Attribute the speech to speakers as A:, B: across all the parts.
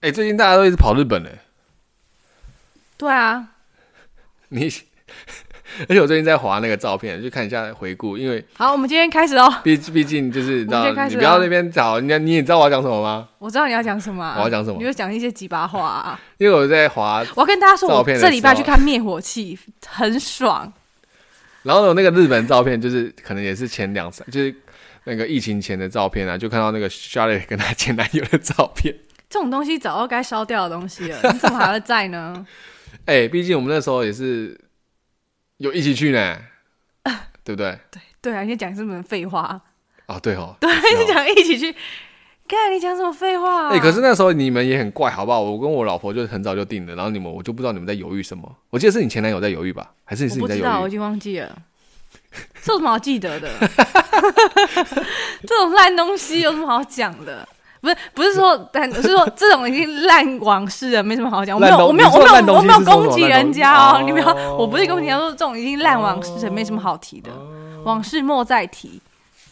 A: 哎、最近大家都一直跑日本嘞、
B: 对啊，
A: 你，而且我最近在划那个照片，去看一下回顾，因为
B: 好，我们今天开始哦。
A: 毕毕竟就是你知道
B: 我们先，开
A: 你
B: 始
A: 不要
B: 啊
A: 那边找人家，你也知道我要讲什么吗？
B: 我知道你要讲什么啊、
A: 我要讲什么
B: 你就讲一些鸡巴话、啊。
A: 因为我在划，
B: 我要跟大家说，
A: 照
B: 我
A: 片的
B: 这礼拜
A: 时
B: 去
A: 候
B: 看灭火器，很爽。
A: 然后呢，那个日本照片就是可能也是前两三，就是那个疫情前的照片啊，就看到那个 Charlotte 跟她前男友的照片。
B: 这种东西早就该烧掉的东 西了，你怎么还会在呢？
A: 哎、毕竟我们那时候也是有一起去呢，对不对？
B: 对啊，你在讲这么废话，
A: 啊，对哦，
B: 对，
A: 是哦
B: 你讲一起去。干，你讲什么废话、啊？
A: 哎、可是那时候你们也很怪，好不好？我跟我老婆就很早就定了，然后你们我就不知道你们在犹豫什么。我记得是你前男友在犹豫吧，还是是
B: 我
A: 你
B: 不
A: 在
B: 知道，
A: 犹
B: 我已
A: 豫？
B: 经忘记 了。这有什么好记得的？ 这种烂东西有什么好讲的？不是不是说，但是说这种已经烂往事了，没什么好讲。我没有
A: 烂东
B: 我没有
A: 你说
B: 我没
A: 烂东西是说什
B: 有我没有
A: 么
B: 攻击人家
A: 烂
B: 哦
A: 东，西
B: 你不要，
A: 哦
B: 我不是攻击人家，说这种已经烂往事了，没什么好提的，往事莫再提，
A: 哦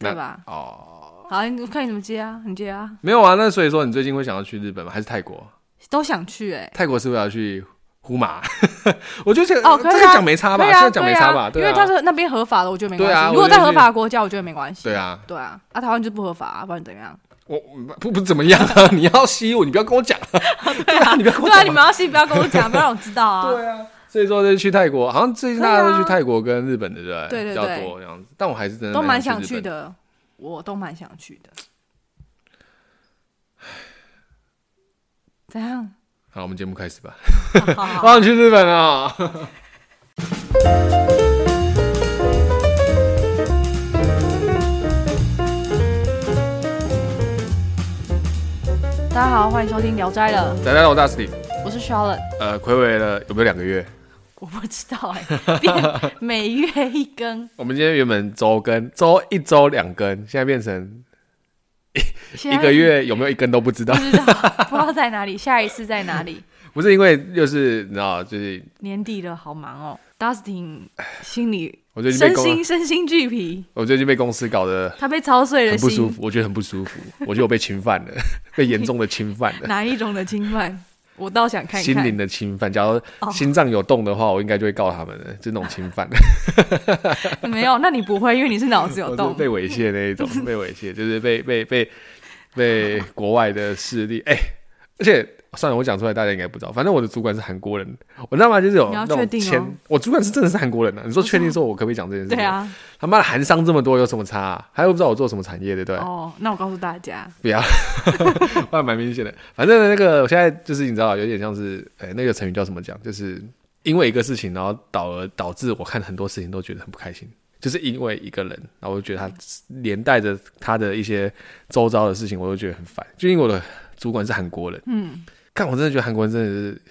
A: 那
B: 对吧？
A: 哦，
B: 好，你我看你怎么接啊，你接啊，
A: 没有啊。那所以说，你最近会想要去日本吗？还是泰 国？
B: 都想去哎。
A: 泰国是不是要去呼马？ 我就觉得、
B: 哦，
A: 这
B: 可以啊
A: 个讲没差吧，
B: 可以
A: 现在
B: 啊，
A: 讲没差吧，
B: 可
A: 对
B: 以
A: 啊，
B: 啊因为他是那边合法的，我觉得没关
A: 对啊
B: 系。如果
A: 我就
B: 在
A: 是
B: 合法的国家，我觉得没关系。
A: 对啊，
B: 对啊，啊，台湾就不合法、啊，不然怎么样？
A: 我不不怎么样啊， 你要吸我，你不要跟我讲，对 啊，你不要跟我
B: 对啊，
A: 讲
B: 你
A: 嘛，
B: 们要信，不要跟我讲，不要让我知道啊。
A: 对啊。所以说，就是去泰国，好像最近大家都去泰国跟日本的，对不
B: 对
A: 比
B: 对
A: 较
B: 对
A: 多这样子。但我还是真的
B: 都蛮
A: 想
B: 想去
A: 日本。
B: 的，我都蛮想去的。 怎样？
A: 好，我们节目开始吧。
B: 好好
A: 我想去日本啊！
B: 大家好，欢迎收听《聊斋》了，
A: 大家好，我大 Steve。
B: 我是 Charlotte，
A: 呃，暌违了有没有两个月？
B: 我不知道哎、变每月一更，
A: 我们今天原本周更，周一周两更，现在变成
B: 现
A: 一
B: 在
A: 个月有没有一更都不知 道
B: 不。知道，不知道在哪里，下一次在哪里？
A: 不是因为就是你知道，就是
B: 年底了，好忙哦。Dustin 心里
A: 我最近被
B: 身
A: 公
B: 心身心俱疲，
A: 我最近被公司搞得
B: 他被操碎了
A: 很不舒
B: 心。
A: 服，我觉得很不舒服，我觉得我被侵 犯了，被严重的侵犯了。
B: 哪一种的侵犯？我倒想 看一
A: 心
B: 看。
A: 灵的侵犯，假如
B: 哦
A: 心脏有洞的话，我应该就会告他们的，就那种侵犯，
B: 没有，那你不会，因为你是脑子有
A: 我是
B: 洞。
A: 被猥亵那一 种，被猥亵就是被被被被国外的势力，哎、而且算了，我讲出来大家应该不知道，反正我的主管是韩国人，我他妈就是有
B: 你
A: 那
B: 要
A: 种
B: 确定哦
A: 前，我主管是真的是韩国人啊，你说确定说我可不可以讲这件事？
B: 对，啊，
A: 他妈的韩商这么多有什么差、啊？还有不知道我做什么产业的，对不对？
B: 哦，那我告诉大家，
A: 不要， 还蛮明显的。反正那个，我现在就是你知道，有点像是，哎、那个成语叫什么讲？就是因为一个事情，然后导而导致我看很多事情都觉得很不开心，就是因为一个人，然后我就觉得他连带着他的一些周遭的事情，我都觉得很烦。就因为我的主管是韩国人，
B: 嗯，
A: 干我真的觉得韩国人真的是，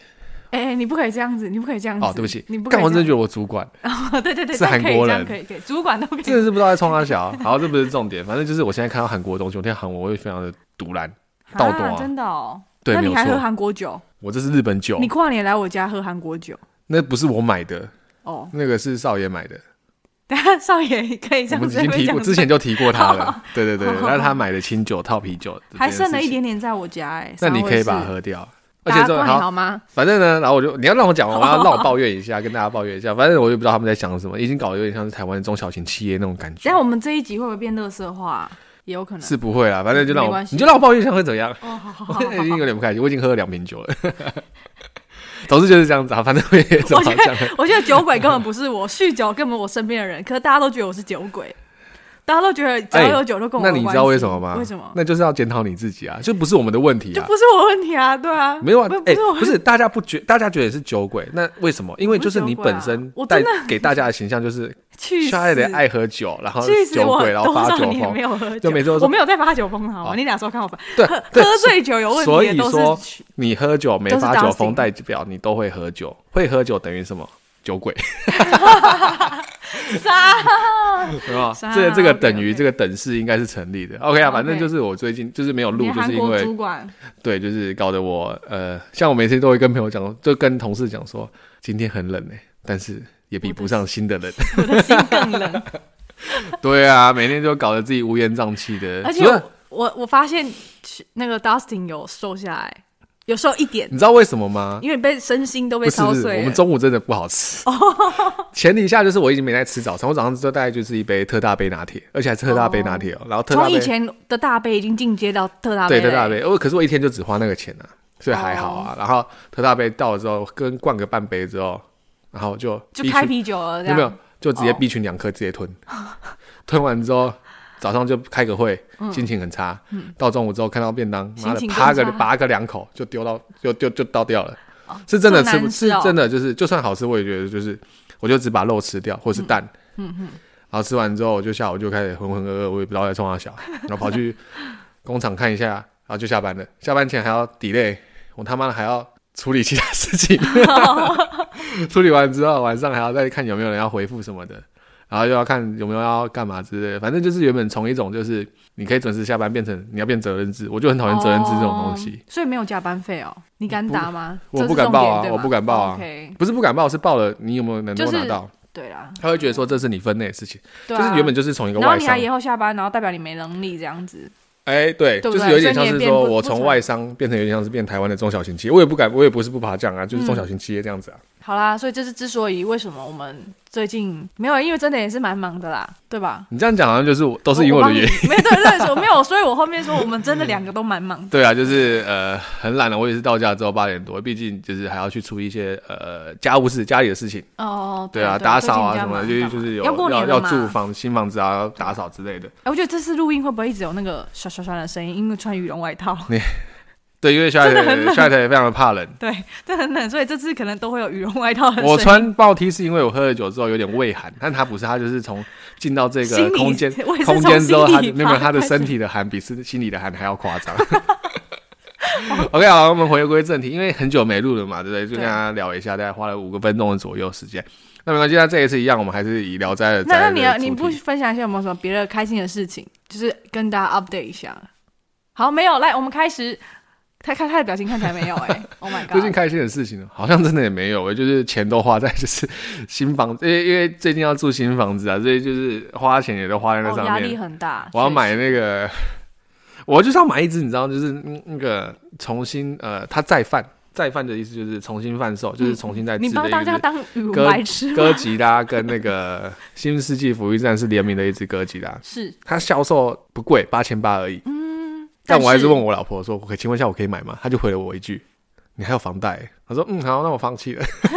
B: 哎、哎你不可以这样子，你不可以这样子。
A: 哦，对不起
B: 你，不可
A: 干
B: 以
A: 我真的
B: 这
A: 觉得我主管
B: 样子。 对对对，
A: 是韩国人
B: 但可以这样可以可以，主管都可
A: 真的
B: 以。
A: 是不知道在冲他小。啊好，这不是重点，反正就是我现在看到韩国的东西，我听到韩文我会非常的独揽。倒多啊
B: 真的哦。
A: 对
B: 那
A: 没
B: 你
A: 有
B: 还
A: 错
B: 喝韩国酒？
A: 我这是日本酒
B: 你，跨年来我家喝韩国酒？
A: 那不是我买的，
B: 哦，
A: 那个是少爷买的。
B: 等下少爷可以这
A: 我
B: 样
A: 们已
B: 子被
A: 经提
B: 讲
A: 过，
B: 出
A: 之前就提过他了。对对对，
B: 好好
A: 那他买的清酒套啤酒，
B: 还剩了一。点点在我家哎、
A: 那你可以把它
B: 三位
A: 喝掉，而
B: 是
A: 且这
B: 大家
A: 种
B: 跨年
A: 好，
B: 好哦吗？
A: 反正呢，然后我就你要让我讲完，我要
B: 好
A: 让我抱怨一下，跟大家抱怨一下。反正我就不知道他们在想什么，已经搞得有点像是台湾的中小型企业那种感觉
B: 等下。我们这一集会不会变乐色化？也有可能。
A: 是不会啦，反正就让
B: 没
A: 我
B: 关，系
A: 你就让我抱怨一下会怎样？
B: 哦，好好好好
A: 我
B: 好。
A: 已经有点不开心，我已经喝了两瓶酒了。总之就是这样子啊，反正我也怎么
B: 我觉
A: 讲了。
B: 我觉得酒鬼根本不是我，酗酒根本我身边的人，可是大家都觉得我是酒鬼，大家都觉得只要有酒都跟我、
A: 哎那你知道为什么吗？
B: 为什么？
A: 那就是要检讨你自己啊，就不是我们的问题
B: 就
A: 啊。
B: 不是我问题啊，对啊，
A: 没有啊
B: 不，不
A: 哎、
B: 是我问
A: 不
B: 题，
A: 是大家不觉，大家觉得是酒鬼，那为什么？因为就是你本身
B: 我不
A: 带、
B: 是酒鬼啊我真
A: 给大家的形象 就是
B: 去死
A: 夏爱的，爱喝酒，然后
B: 去死
A: 酒
B: 我
A: 鬼，然后
B: 多
A: 发
B: 少
A: 酒
B: 年没
A: 疯，
B: 有喝酒，
A: 就每次都说
B: 我没有在发酒疯，好吗？
A: 哦
B: 你哪时候看我发？
A: 对
B: 喝
A: 对，
B: 喝醉酒有问
A: 所
B: 题
A: 以
B: 的
A: 说
B: 都是
A: 你喝酒没
B: 都是
A: 发酒疯，
B: Dustin
A: 代表你都会喝酒，会喝酒等于什么？酒 鬼，
B: 傻。
A: 对吧？
B: 是啊
A: 这个这个
B: OK，OK
A: 等于这个等式应该是成立的。OK 啊，反正
B: OK
A: 就是我最近就是没有录
B: 你，
A: 就是
B: 韩
A: 因
B: 国
A: 为
B: 主管
A: 对，就是搞得我呃，像我每次都会跟朋友讲，就跟同事讲说，今天很冷哎、但是也比不上新的冷。
B: 我的心更冷，
A: 对啊，每天就搞得自己乌烟瘴气的。
B: 而且
A: 除了
B: 我我我发现那个 Dustin 有瘦下来，有瘦一点
A: 你，知道为什么吗？
B: 因为被身心都被
A: 嗯不是，
B: 操
A: 不是
B: 碎哦
A: 我们
B: 了。
A: 中午真的不好吃。前提下就是我已经没在吃早餐，我早上就大概就是一杯特大杯拿铁，而且还是特大杯拿铁哦、然后特大
B: 从
A: 杯
B: 以前的大杯已经进阶到特大
A: 对
B: 杯了、
A: 特大
B: 欸
A: 杯，我可是我一天就只花那个钱啊，所以还好
B: 哦
A: 啊。然后特大杯到了之后，跟灌个半杯之后，然后就
B: 就
A: 逼
B: 开
A: 群
B: 啤酒了，这
A: 有
B: 样
A: 没有？就直接
B: 哦
A: B 群两颗直接吞， 吞完之后早上就开个会，心情很差。到中午之后看到便当，
B: 嗯心
A: 妈的
B: 情更
A: 扒个
B: 差
A: 拔个两口就丢到就就就倒掉了，
B: 哦
A: 是真的
B: 这么
A: 吃不
B: 难
A: 是
B: 吃哦
A: 真的就是就算好吃我也觉得就是我就只把肉吃掉或
B: 嗯
A: 是蛋，然后吃完之后我就下午就开始浑浑噩噩，我也不知道在冲啥小，然后跑去工厂看一下，然后就下班了。下班前还要 delay，我他妈的还要处理其他事 情。处理完之后，晚上还要再看有没有人要回复什么的，然后又要看有没有要干嘛之类的。反正就是原本从一种就是你可以准时下班，变成你要变责任制，我就很讨厌责任制这种东西。
B: 哦所以没有加班费哦。你敢打吗？
A: 我
B: 这是
A: 不敢报啊
B: 重点对吧哦
A: 我不敢报啊
B: OK，
A: 不是不敢报，是报了你有没有能够
B: 就是
A: 拿到？
B: 对啦，
A: 他会觉得说这是你分内的事情，
B: 对
A: 就
B: 啊
A: 是原本就是从一个
B: 然后
A: 外
B: 你还
A: 商，
B: 延后下班，然后代表你没能力这样子。
A: 哎、对，
B: 对
A: 就
B: 不对
A: 是有一点像是
B: 所以你也变
A: 说
B: 不
A: 我
B: 不
A: 从
B: 成
A: 外商变成有点像是变台湾的中小型企业，我也不敢，我也不是不爬降啊，就是中小型企业这样子啊。
B: 好啦，所以这是之所以为什么我们最近没有，因为真的也是蛮忙的啦，对吧？
A: 你这样讲好像就是我都是因为
B: 我
A: 我
B: 帮
A: 的
B: 你
A: 原因。
B: 没有对对，我没有，所以我后面说我们真的两个都 蛮忙的。
A: 对啊，就是呃很懒了，我也是到家之后八点多，毕竟就是还要去处理一些呃家务事、家里的事情，
B: 哦，
A: 对啊，
B: 对
A: 打扫啊
B: 最
A: 什
B: 近
A: 么的，
B: 比
A: 就
B: 较忙
A: 就是有
B: 要过
A: 要
B: 年
A: 要
B: 了嘛
A: 住房新房子啊，要打扫之类的。
B: 哎，我觉得这次录音会不会一直有那个刷刷刷的声音？因为穿羽绒外套，
A: 对，因为夏
B: 真的很
A: 夏
B: 冷
A: 夏也非常的怕 冷，
B: 对，这很冷，所以这次可能都会有羽绒外套的声音。
A: 我穿暴 T 是因为我喝了酒之后有点畏寒，但他不是，他就是从进到这个
B: 心里
A: 空间
B: 我也是
A: 空
B: 从
A: 间之后，
B: 心
A: 他
B: 里
A: 就没有没有
B: 发
A: 他的
B: 开始
A: 身体的寒比是心里的寒还要夸 张。OK，好，我们回归正题，因为很久没录了嘛，对不对？就跟
B: 对
A: 大家聊一下，大概花了五个分钟的左右时间。那没关系，那这一次一样，我们还是以《聊斋》的
B: 那那
A: 斋
B: 你
A: 的
B: 要你
A: 主
B: 不
A: 题
B: 分享一下有没有什么别的开心的事情，就是跟大家 update 一下？好，没有，来，我们开始。他看他的表情看起来没有哎、o h my
A: 最近
B: god！
A: 开心的事情呢，好像真的也没有，就是钱都花在就是新房子，因为因为最近要住新房子啊，所以就是花钱也都花在那
B: 哦，
A: 上
B: 压
A: 面
B: 力。很大。
A: 我要
B: 确
A: 买
B: 实
A: 那个， 我就是要买一只，你知道，就是嗯那个重新呃，它再贩再贩的意思就是重新贩售，就是重新再制
B: 嗯你把
A: 的
B: 大
A: 一
B: 家
A: 只。
B: 当语文
A: 歌
B: 白 痴
A: 哥
B: 吗？
A: 吉拉跟那个 新世纪福音战士联名的一只哥吉拉，
B: 是，
A: 它销售不贵，八千八而
B: 嗯
A: 已。但我还是问我老婆说：“我可以请问一下，我可以买吗？”她就回了我一句：“你还有房贷欸。”她说：“嗯，好，那我放弃了。”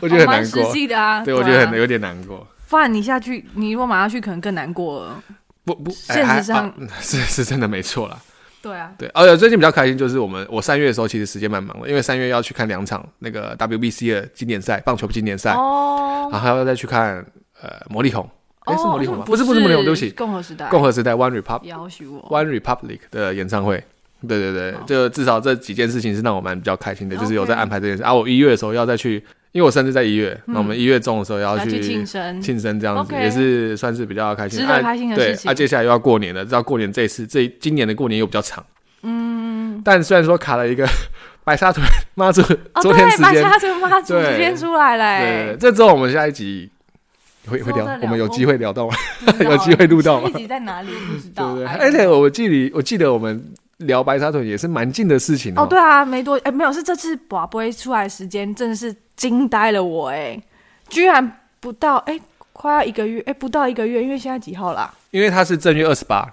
A: 我
B: 我
A: 觉得很难
B: 哦实
A: 过，
B: 际的啊，
A: 对
B: 啊
A: 我觉得很有点难过。
B: 不然你下去，你如果马上去，可能更难过了。
A: 不不，哎
B: 现实
A: 还
B: 上
A: 啊嗯是是真的没错啦。
B: 对啊，
A: 对，而且最近比较开心就是我们我三月的时候其实时间蛮忙的，因为三月要去看两场那个 WBC 的经典赛，棒球经典赛，
B: 哦，
A: 然后还要再去看呃魔力红，哎、是魔力红吗？不是不
B: 不
A: 是魔力红，对不起，
B: 共和时代，
A: 共和时代 One Republic
B: 要许我。
A: One Republic 的演唱会。对对对
B: 好，
A: 就至少这几件事情是让我蛮比较开心的，就是有在
B: 哦 OK 嗯
A: 安排这件事啊。我一月的时候要再去，因为我生日在一月，那、我们一月中的时候要
B: 要去庆
A: 去
B: 生，
A: 庆生，这样子
B: OK
A: 也是算是比较开心，
B: 值得
A: 啊
B: 开心的
A: 对
B: 事，情
A: 啊，接下来又要过年了，知道过年这一次，这一今年的过年又比较长，嗯，但虽然说卡了一个 白沙屯妈祖，
B: 哦，
A: 昨
B: 对，
A: 天时
B: 把
A: 间，
B: 家族妈祖
A: 对
B: 时间出来了、
A: 对对，
B: 欸，
A: 这之后我们下一集会会
B: 说
A: 聊
B: 得了，
A: 我们有
B: 我
A: 机会聊到吗？
B: 不知道
A: 有机会录到吗
B: 下一集在哪里不知
A: 对
B: 道，
A: 不对？
B: 哎
A: 而且我记得我记得我们聊白沙屯也是蛮近的事情
B: 哦，对啊，没多哎、没有，是这次宝贝出来的时间真的是惊呆了我哎、居然不到哎、快要一个月哎、不到一个月，因为现在几号啦？
A: 因为它是正月二十八，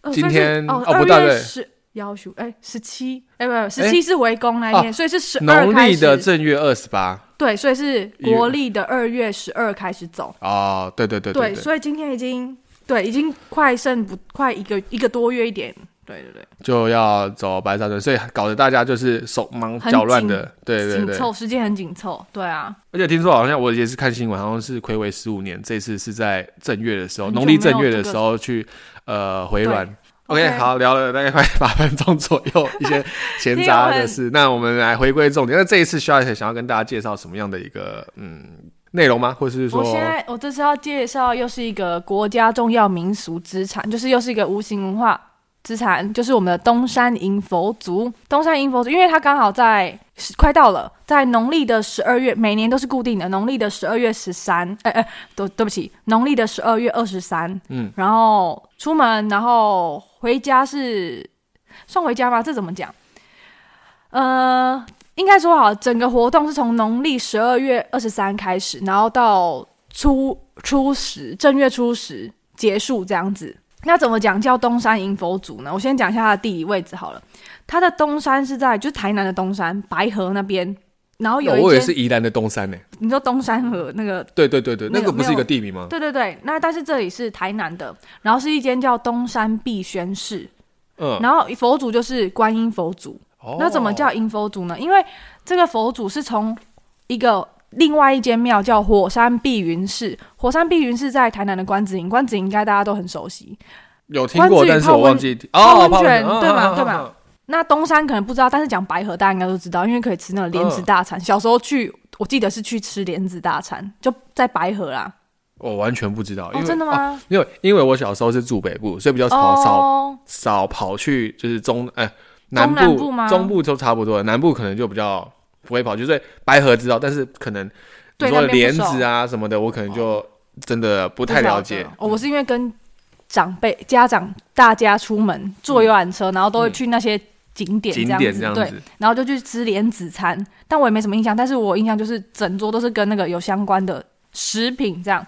B: 呃
A: 今
B: 所以是
A: 天
B: 哦
A: 哦不
B: 二
A: 对对
B: 月十要求哎十七哎不不十七是围攻那一天，所以是十二
A: 哦农
B: 开
A: 历的
B: 始
A: 正月二十八。
B: 对，所以是
A: 一月
B: 国历的二月十二开始走。
A: 哦，对对对对对，
B: 所以今天已经对，已经快剩不快一个一个多月一点，对对对，
A: 就要走白沙屯，所以搞得大家就是手忙脚乱的。对对
B: 紧
A: 对，
B: 凑，时间很紧凑，对啊，
A: 而且听说好像我也是看新闻，好像是暌违十五年，这次是在正月的时候，
B: 很久
A: 农历正月的时候去呃回銮。
B: 对
A: OK，
B: OK
A: 好，聊了大概快八分钟左右一 些闲
B: 听
A: 杂
B: 我
A: 的
B: 们
A: 事。那我们来回归重点，那这一次需要想要跟大家介绍什么样的一个嗯内容吗？或是说
B: 我现在我这次要介绍又是一个国家重要民俗资产，就是又是一个无形文化资产，就是我们的东山迎佛族。东山迎佛族，因为它刚好在是快到了，在农历的十二月，每年都是固定的，农历的十二月十三，呃呃，对对不起，农历的十二月二十三，
A: 嗯
B: 嗯，然后出门，然后。回家是算回家吗？这怎么讲？呃，应该说好，整个活动是从农历十二月二十三开始，然后到初初十，正月初十结束这样子。那怎么讲叫东山迎佛祖呢？我先讲一下它的地理位置好了。它的东山是在就是台南的东山白河那边，然后有
A: 哦我以
B: 一
A: 为
B: 间
A: 是宜兰的东山呢、
B: 你说东山河那个
A: 对对对对，
B: 没有
A: 那个不是
B: 没有
A: 一个地名吗？
B: 对对对，那但是这里是台南的，然后是一间叫东山碧轩寺，
A: 嗯，
B: 然后佛祖就是观音佛祖。
A: 哦
B: 那怎么叫音佛祖呢？因为这个佛祖是从一个另外一间庙叫火山碧云寺，火山碧云寺在台南的关子营，关子营应该大家都很熟悉。
A: 有听过？
B: 关子
A: 但
B: 岭
A: 是
B: 泡
A: 我
B: 温
A: 忘记
B: 泡
A: 哦，
B: 温
A: 泡温
B: 泉
A: 泉
B: 对吧？
A: 嗯嗯嗯
B: 对吧
A: 嗯嗯
B: 那东山可能不知道，但是讲白河大家应该都知道，因为可以吃那个莲子大餐。小时候去，我记得是去吃莲子大餐，就在白河啦。
A: 我完全不知道，因
B: 哦，
A: 为
B: 真的？
A: 哦
B: 吗？
A: 因为因为我小时候是住北部，所以比较少少
B: 哦，
A: 少跑去就是中哎
B: 中南
A: 部
B: 部吗
A: 中部都差不多了，南部可能就比较不会跑去，所以白河知道，但是可能你
B: 对
A: 说
B: 那边
A: 莲
B: 不熟哦
A: 子啊什么的，我可能就真的不
B: 不
A: 太
B: 晓
A: 了
B: 得
A: 解。
B: 哦，我是因为跟长辈、家长大家出门坐游览车，然后都会去那些景点
A: 嗯景
B: 这样
A: 点
B: 子，
A: 这样
B: 对
A: 子，，
B: 然后就去吃莲子餐，但我也没什么印象，但是我印象就是整桌都是跟那个有相关的食品这样。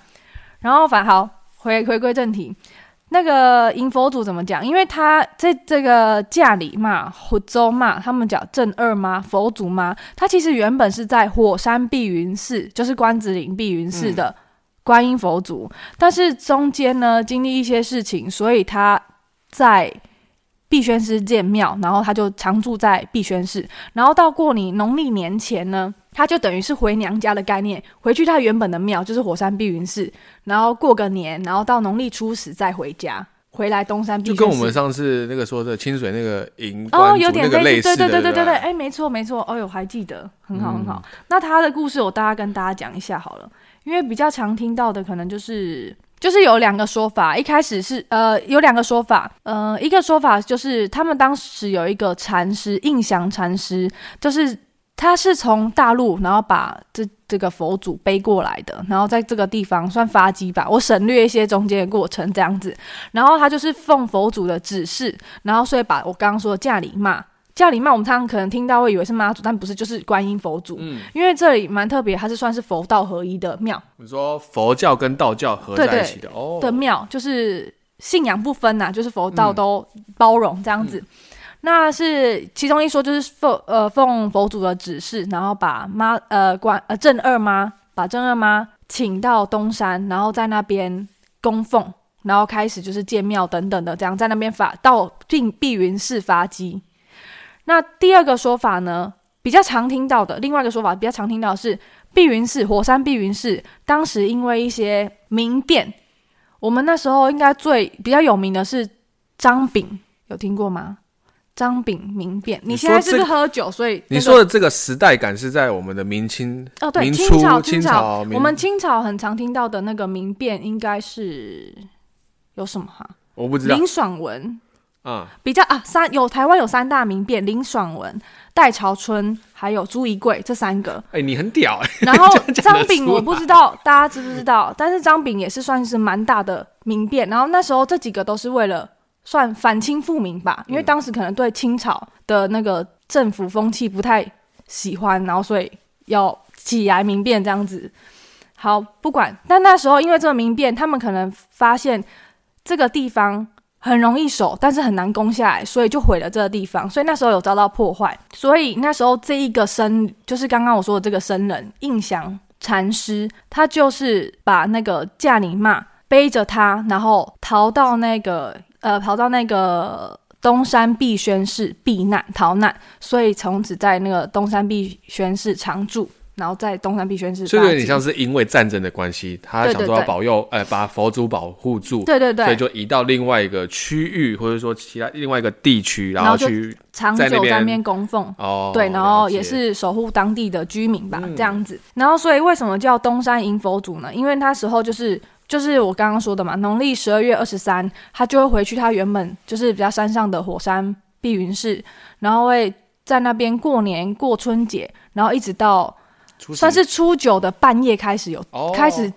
B: 然后反好回回归正题，那个迎佛祖怎么讲？因为他在这个驾里嘛、湖州嘛，他们讲正二妈、佛祖妈，他其实原本是在火山碧云寺，就是关子岭碧云寺的观音佛祖，但是中间呢经历一些事情，所以他在碧轩寺建庙，然后他就常住在碧轩寺，然后到过年农历年前呢，他就等于是回娘家的概念，回去他原本的庙，就是火山碧云寺，然后过个年，然后到农历初十再回家，回来东山碧
A: 就
B: 轩
A: 跟我
B: 寺
A: 们上次那个说的清水那个银
B: 哦，
A: 关
B: 有
A: 主那
B: 点
A: 个
B: 类
A: 似的，
B: 似，对对对
A: 对
B: 对对，
A: 吧
B: 哎，没错没错，哎呦，还记得，很好
A: 嗯
B: 很好。那他的故事我大家跟大家讲一下好了，因为比较常听到的可能就是。就是有两个说法，一开始是呃有两个说法，呃一个说法就是他们当时有一个禅师印祥禅师，就是他是从大陆然后把这这个佛祖背过来的，然后在这个地方算发迹吧，我省略一些中间的过程这样子，然后他就是奉佛祖的指示，然后所以把我刚刚说的驾里骂，驾里骂我们常常可能听到会以为是妈祖，但不是，就是观音佛祖。
A: 嗯哦
B: 因为这里蛮特别，它是算是佛道合一的庙
A: 你说佛教跟道教合在
B: 对
A: 一
B: 对
A: 起的哦，
B: 的庙，就是信仰不分呐、啊就是佛道都包容这样子。那是其中一说，就是奉呃奉佛祖的指示，然后把妈呃关呃正二妈把正二妈请到东山，然后在那边供奉，然后开始就是建庙等等的，这样在那边发到并碧云寺发迹。那第二个说法呢，比较常听到的，另外一个说法比较常听到的是碧云寺火山碧云寺，当时因为一些名店，我们那时候应该最比较有名的是张炳，有听过吗？张炳名店，
A: 你
B: 你
A: 说
B: 现在是
A: 这
B: 不
A: 个
B: 是喝酒？所以那
A: 你
B: 个
A: 说的这个时代感是在我们的明清
B: 哦，对，
A: 明
B: 清
A: 初
B: 朝，
A: 清朝
B: 朝，
A: 明
B: 我们清朝很常听到的那个民变应该是有什么哈、
A: 我不知道
B: 林爽文
A: 啊、
B: 比较啊，三有台湾有三大民变，林爽文、戴潮春还有朱一贵这三个。
A: 哎、你很屌哎、
B: 然后
A: 讲得
B: 张炳
A: 出
B: 我不知道大家知不知道，但是张炳也是算是蛮大的民变。然后那时候这几个都是为了算反清复明吧，
A: 嗯
B: 因为当时可能对清朝的那个政府风气不太喜欢，然后所以要起来民变这样子。好，不管，但那时候因为这个民变，他们可能发现这个地方很容易守，但是很难攻下来，所以就毁了这个地方。所以那时候有遭到破坏，所以那时候这一个僧，就是刚刚我说的这个僧人印祥禅师，他就是把那个驾里骂背着他，然后逃到那个呃，逃到那个东山碧轩寺避难逃难，所以从此在那个东山碧轩寺常住。然后在东山碧轩寺
A: 所以有
B: 发迹
A: 点像是因为战争的关系，他
B: 对
A: 想
B: 对
A: 说要
B: 对
A: 保佑，哎、把佛祖保护住，
B: 对对对，
A: 所以就移到另外一个区域，或者说其他另外一个地区，
B: 然
A: 后
B: 后就
A: 去
B: 长久
A: 在
B: 在
A: 那边
B: 那边供奉。
A: 哦，
B: 对，然后
A: 了解嗯
B: 也是守护当地的居民吧，这样子。然后，所以为什么叫东山迎佛祖呢？因为那时候就是就是我刚刚说的嘛，农历十二月二十三，他就会回去他原本就是比较山上的火山碧云寺，然后会在那边过年过春节，然后一直到
A: 出
B: 算
A: 行
B: 是初九的半夜开始有
A: 哦
B: 开始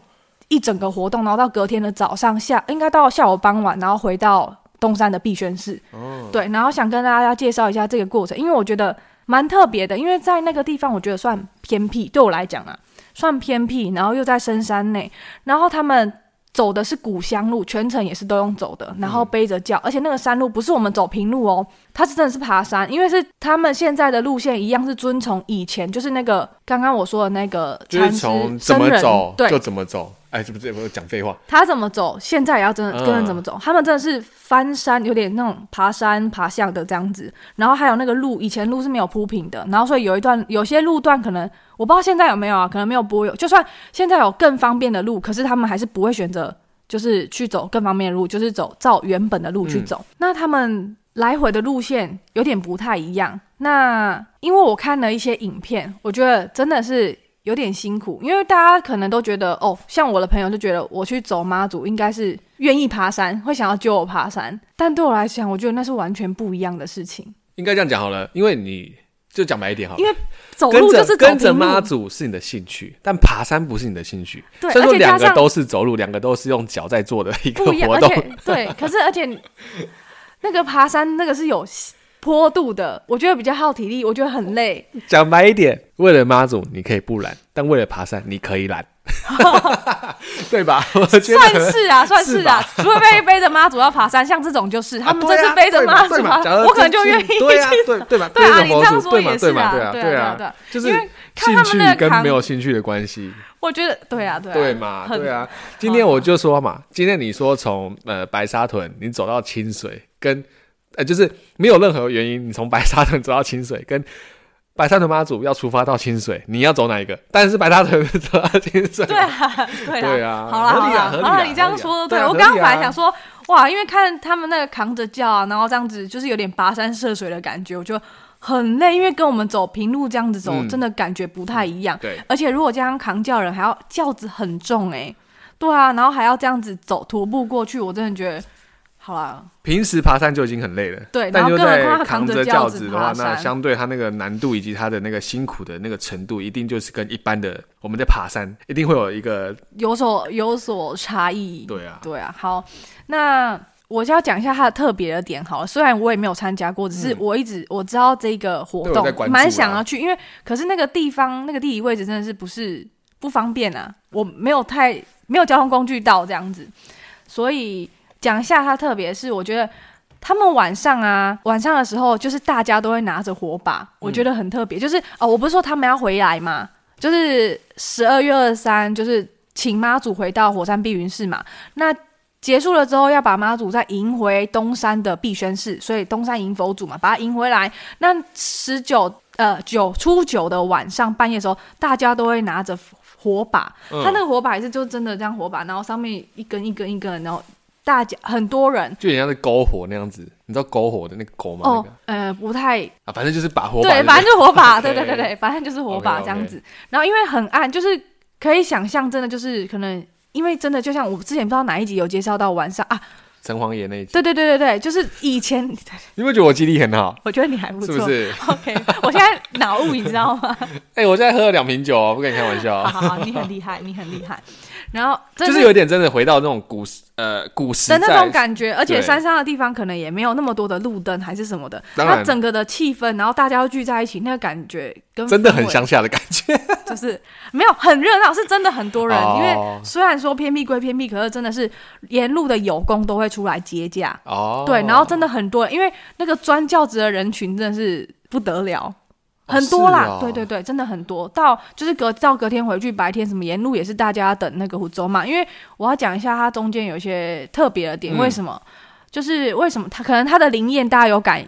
B: 一整个活动，然后到隔天的早上下，应该到下午傍晚，然后回到东山的碧轩寺。
A: 哦，
B: 对，然后想跟大家介绍一下这个过程，因为我觉得蛮特别的，因为在那个地方我觉得算偏僻，对我来讲啊，算偏僻，然后又在深山内，然后他们。走的是古乡路，全程也是都用走的，然后背着轿，而且那个山路不是我们走平路哦，它是真的是爬山，因为是他们现在的路线一样是遵从以前就是那个刚刚我说的那个
A: 就是
B: 禅师
A: 从怎
B: 僧
A: 么
B: 人
A: 走
B: 对
A: 就怎么走。哎，这不这不讲废话，
B: 他怎么走，现在也要真的跟着怎么走。他们真的是翻山，有点那种爬山爬象的这样子。然后还有那个路，以前路是没有铺平的，然后所以有一段有些路段可能我不知道现在有没有啊，可能没有柏油。就算现在有更方便的路，可是他们还是不会选择就是去走更方便的路，就是走照原本的路去走。那他们来回的路线有点不太一样。那因为我看了一些影片，我觉得真的是有点辛苦，因为大家可能都觉得哦，像我的朋友就觉得我去走妈祖应该是愿意爬山，会想要救我爬山，但对我来讲，我觉得那是完全不一样的事 情。
A: 应该这样讲好了，因为你就讲白一点好了
B: 因为。走
A: 跟
B: 路
A: 着
B: 就是走
A: 跟着
B: 平路，
A: 妈祖是你的兴趣，但爬山不是你的兴趣。
B: 对
A: 虽然
B: 而
A: 说
B: 且
A: 两
B: 加
A: 个
B: 上
A: 都是走路，两个都是用脚在做的一个
B: 不一样，
A: 活
B: 而
A: 动。
B: 且对，可是而且那个爬山那个是有坡度的，我觉得比较耗体力，我觉得很累。
A: 讲白一点，为了妈祖你可以不懒，但为了爬山你可以 懒，对吧？我觉
B: 算
A: 得。
B: 是 啊，算
A: 是
B: 是
A: 吧
B: 啊，除非被背着妈祖要爬山，像这种就是他们
A: 啊
B: 这
A: 对啊
B: 是背着妈
A: 对
B: 祖
A: 嘛对嘛
B: 爬
A: 假如
B: 山，我可能就愿意
A: 对 啊，对对嘛，
B: 对
A: 背
B: 啊
A: 着
B: 你
A: 佛
B: 这样
A: 祖
B: 说
A: 对嘛
B: 也
A: 对
B: 是
A: 嘛
B: 啊
A: 啊
B: 对啊
A: 对
B: 对啊
A: 就是
B: 因为看
A: 兴
B: 他们
A: 趣
B: 那个
A: 跟
B: 扛
A: 没有兴趣的关系。
B: 我觉得对啊，对啊，
A: 嗯对嘛，
B: 很
A: 对啊。今天我就说嘛，今天你说从呃白沙屯你走到清水，跟呃就是没有任何原因，你从白沙屯走到清水，跟白沙屯妈祖要出发到清水，你要走哪一个？但是白沙屯走到清水，
B: 对啊，对
A: 对啊
B: 啊，好啦
A: 合理啊
B: 好
A: 合理
B: 啦，
A: 啊
B: 好
A: 合
B: 啦，
A: 理啊
B: 你这样说
A: 对啊
B: 对，我
A: 合理啊
B: 刚刚本来想说，哇，因为看他们那个扛着轿啊，然后这样子就是有点跋山涉水的感觉，我觉得很累，因为跟我们走平路这样子走，
A: 嗯
B: 真的感觉不太一样。
A: 对
B: 而且如果加上扛轿人，还要轿子很重哎、对啊，然后还要这样子走徒步过去，我真的觉得，好啦，
A: 平时爬山就已经很累了，
B: 对
A: 但
B: 然后
A: 就
B: 更何
A: 在
B: 况他
A: 扛
B: 扛着
A: 着
B: 轿
A: 轿
B: 子
A: 子的
B: 爬
A: 话，那
B: 山
A: 相对它那个难度以及它的那个辛苦的那个程度，一定就是跟一般的我们在爬山一定会有一个
B: 有所有所差异。
A: 对啊，
B: 对啊，好，那我就要讲一下它的特别的点好了。虽然我也没有参加过，只是我一直我知道这个活
A: 对我嗯在关
B: 动，
A: 注啊
B: 蛮想要去，因为可是那个地方那个地理位置真的是不是不方便啊，我没有太没有交通工具到这样子，所以讲一下它特别是我觉得。他们晚上啊，晚上的时候就是大家都会拿着火
A: 嗯
B: 把，我觉得很特别。就是哦，我不是说他们要回来嘛，就是十二月二三，就是请妈祖回到火山碧云寺嘛。那结束了之后，要把妈祖再迎回东山的碧宣寺，所以东山迎佛祖嘛，把它迎回来。那十九呃九初九的晚上半夜的时候，大家都会拿着火把，
A: 嗯
B: 他那个火把也是就真的这样火把，然后上面一根一根一根，然后大家很多人
A: 就很像是篝火那样子，你知道篝火的那个篝吗？那
B: 哦
A: 个，
B: 呃不太
A: 啊，反正就是把火把
B: 对，
A: 不
B: 反正就是火 把，
A: OK
B: 对对对对，反正就是火
A: OK，OK
B: 把这样子。然后因为很暗，就是可以想象，真的就是可能，因为真的就像我之前不知道哪一集有介绍到晚上啊，
A: 城隍爷那一集，
B: 对对对对对，就是以前，
A: 你有没有觉得我记忆力很好？
B: 我觉得你还不
A: 是
B: 错
A: 不是？
B: o k 我现在脑雾，你知道 吗？
A: 哎、我现在喝了两瓶酒哦，不跟你开玩笑
B: 好
A: 哦，
B: 好好，你很厉害，你很厉害。然后真
A: 就
B: 的
A: 是有点真的回到那种古时呃古时
B: 的那种
A: 代，
B: 感觉，而且
A: 对
B: 山上的地方可能也没有那么多的路灯还是什么的，
A: 当然
B: 那整个的气氛，然后大家要聚在一起，那个感觉跟
A: 真的
B: 氛
A: 很
B: 围
A: 乡下的感觉。
B: 就是没有很热闹，是真的很多人。
A: 哦
B: 因为虽然说偏僻归偏僻，可是真的是沿路的友工都会出来接驾，
A: 哦，
B: 对，然后真的很多人，因为那个专教职的人群真的是不得了。很多啦，
A: 是哦
B: 对对对，真的很多。到就是隔到隔天回去，白天什么沿路也是大家等那个湖州嘛。因为我要讲一下它中间有一些特别的点，
A: 嗯
B: 为什么？就是为什么它可能它的灵验大家有感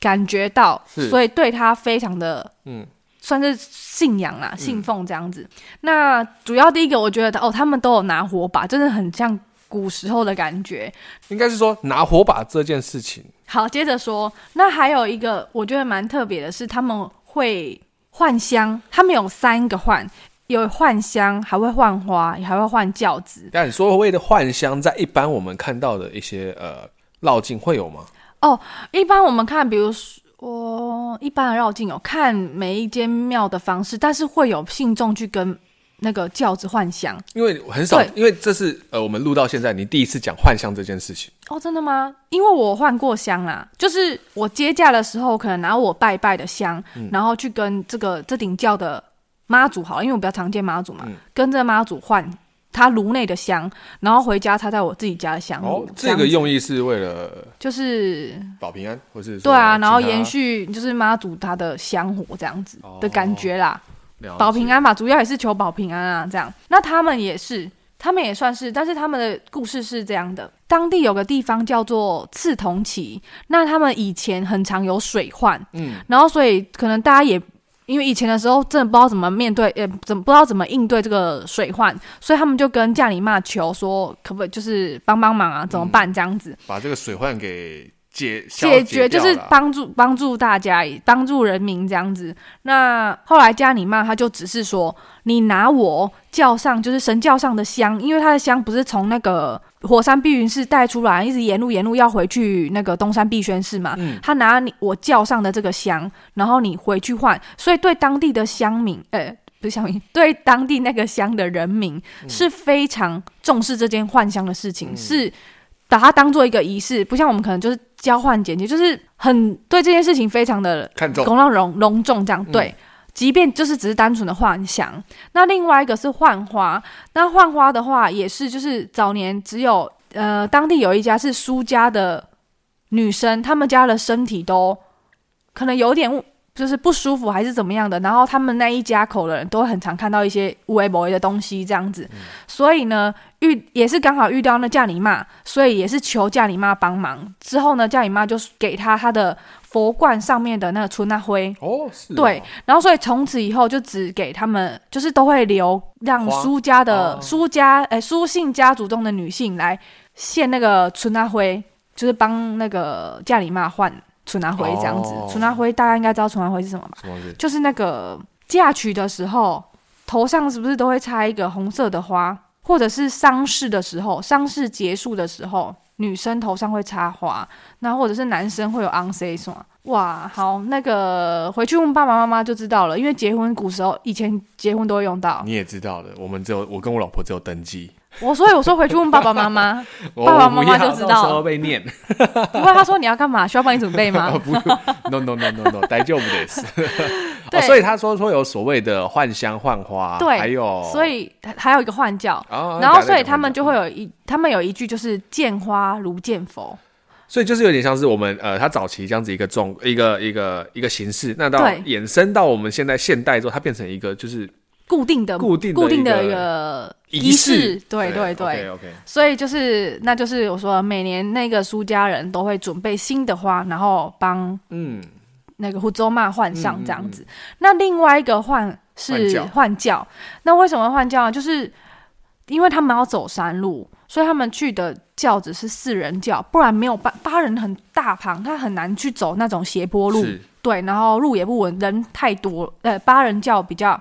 B: 感觉到，
A: 是
B: 所以对它非常的
A: 嗯，
B: 算是信仰啦，信奉这样子。那主要第一个，我觉得哦，他们都有拿火把，真的很像古时候的感觉。
A: 应该是说拿火把这件事情，
B: 好，接着说，那还有一个我觉得蛮特别的是，他们会换香，他们有三个换，有换香，还会换花，也还会换轿子。
A: 但所谓的幻香，在一般我们看到的一些呃绕境会有吗？
B: 一般我们看，比如说。哦我一般的绕境有看每一间庙的方式，但是会有信众去跟那个轿子换香。
A: 因为很少
B: 对，
A: 因为这是呃我们录到现在你第一次讲换香这件事情。
B: 哦，真的吗？因为我换过香啦，就是我接驾的时候，可能拿我拜拜的香，
A: 嗯
B: 然后去跟这个这顶教的妈祖好了，因为我比较常见妈祖嘛，
A: 嗯
B: 跟这个妈祖换他炉内的香，然后回家插在我自己家的香炉
A: 哦，，
B: 样
A: 这
B: 子
A: 个用意是为了
B: 就是
A: 保平安，或是说
B: 对啊，
A: 请
B: 然后
A: 他
B: 延续就是妈祖他的香火这样子
A: 哦
B: 的感觉啦，
A: 了解
B: 保平。安嘛，主要也是求保平安啊，这样。那他们也是，他们也算是，但是他们的故事是这样的：当地有个地方叫做刺桐旗，那他们以前很常有水患，
A: 嗯，
B: 然后所以可能大家也。因为以前的时候真的不知道怎么面对，也怎么不知道怎么应对这个水患，所以他们就跟家里骂求说，可不可以就是帮帮忙啊，怎
A: 嗯
B: 么办这样子？
A: 把这个水患给解消
B: 解决，就
A: 掉
B: 是
A: 了
B: 帮助帮助大家，帮助人民这样子。那后来加里曼他就只是说，你拿我教上就是神教上的香，因为他的香不是从那个火山碧云寺带出来，一直沿路沿路要回去那个东山碧轩寺嘛。
A: 嗯
B: 他拿你我教上的这个香，然后你回去换，所以对当地的乡民，呃。不是乡民， 对当地那个乡的人民是非常重视这件换香的事情，
A: 嗯
B: 是把它当做一个仪式，不像我们可能就是交换简介，就是很对这件事情非常的
A: 看中
B: 公让隆隆重这样
A: 嗯
B: 对。即便就是只是单纯的幻想，那另外一个是幻花。那幻花的话，也是就是早年只有呃当地有一家是苏家的女生，她们家的身体都可能有点就是不舒服还是怎么样的，然后他们那一家口的人都很常看到一些无为某为的东西这样子，
A: 嗯
B: 所以呢遇也是刚好遇到那嫁你妈，所以也是求嫁你妈帮忙。之后呢，嫁你妈就给她她的佛冠上面的那个出那灰，
A: 哦，是哦
B: 对然后所以从此以后就只给他们，就是都会留让
A: 花
B: 苏家的
A: 哦
B: 苏家哎苏姓家族中的女性来献那个春阿灰，就是帮那个家里妈换春阿灰这样子
A: 哦。
B: 春阿灰大家应该知道春阿灰是什么吧？
A: 什么东西？
B: 就是那个嫁娶的时候，头上是不是都会插一个红色的花，或者是丧事的时候，丧事结束的时候，女生头上会插花，那或者是男生会有 on say 什么？哇，好，那个回去问爸爸妈妈就知道了，因为结婚古时候以前结婚都会用到。
A: 你也知道的，我们只有我跟我老婆只有登 记，
B: 我所以我说回去问爸爸妈妈，
A: 我
B: 爸爸
A: 我不
B: 妈妈
A: 要
B: 就知
A: 到时
B: 道
A: 候被念。
B: 不过他说你要干嘛，需要帮你准备吗
A: 哦？不，no no no no no，待就不 得死。
B: 对
A: 哦，所以他说说有所谓的换香换花，
B: 对
A: 还有
B: 所以还有一个换教，
A: 啊，
B: 然后所以他们
A: 就。
B: 就会有一，他们有一句就是见花如见佛，
A: 所以就是有点像是我们呃，它早期这样子一个种一个一个一个形式，那到
B: 对
A: 衍生到我们现在现代之后，它变成一个就是
B: 固定的
A: 固定的
B: 固定的
A: 一
B: 一
A: 个
B: 个
A: 仪
B: 式，对对对。
A: ，OK 哦 OK，
B: 所以就是，那就是我说，每年那个苏家人都会准备新的花，然后帮
A: 嗯，
B: 那个胡州妈换
A: 嗯
B: 上
A: 嗯
B: 这样子。那另外一个换
A: 换
B: 是
A: 轿
B: 换轿，那为什么换轿呢？就是因为他们要走山路，所以他们去的轿子是四人轿，不然没有八八人很大庞，他很难去走那种斜坡路。
A: 是
B: 对，然后路也不稳，人太多，呃，八人轿比较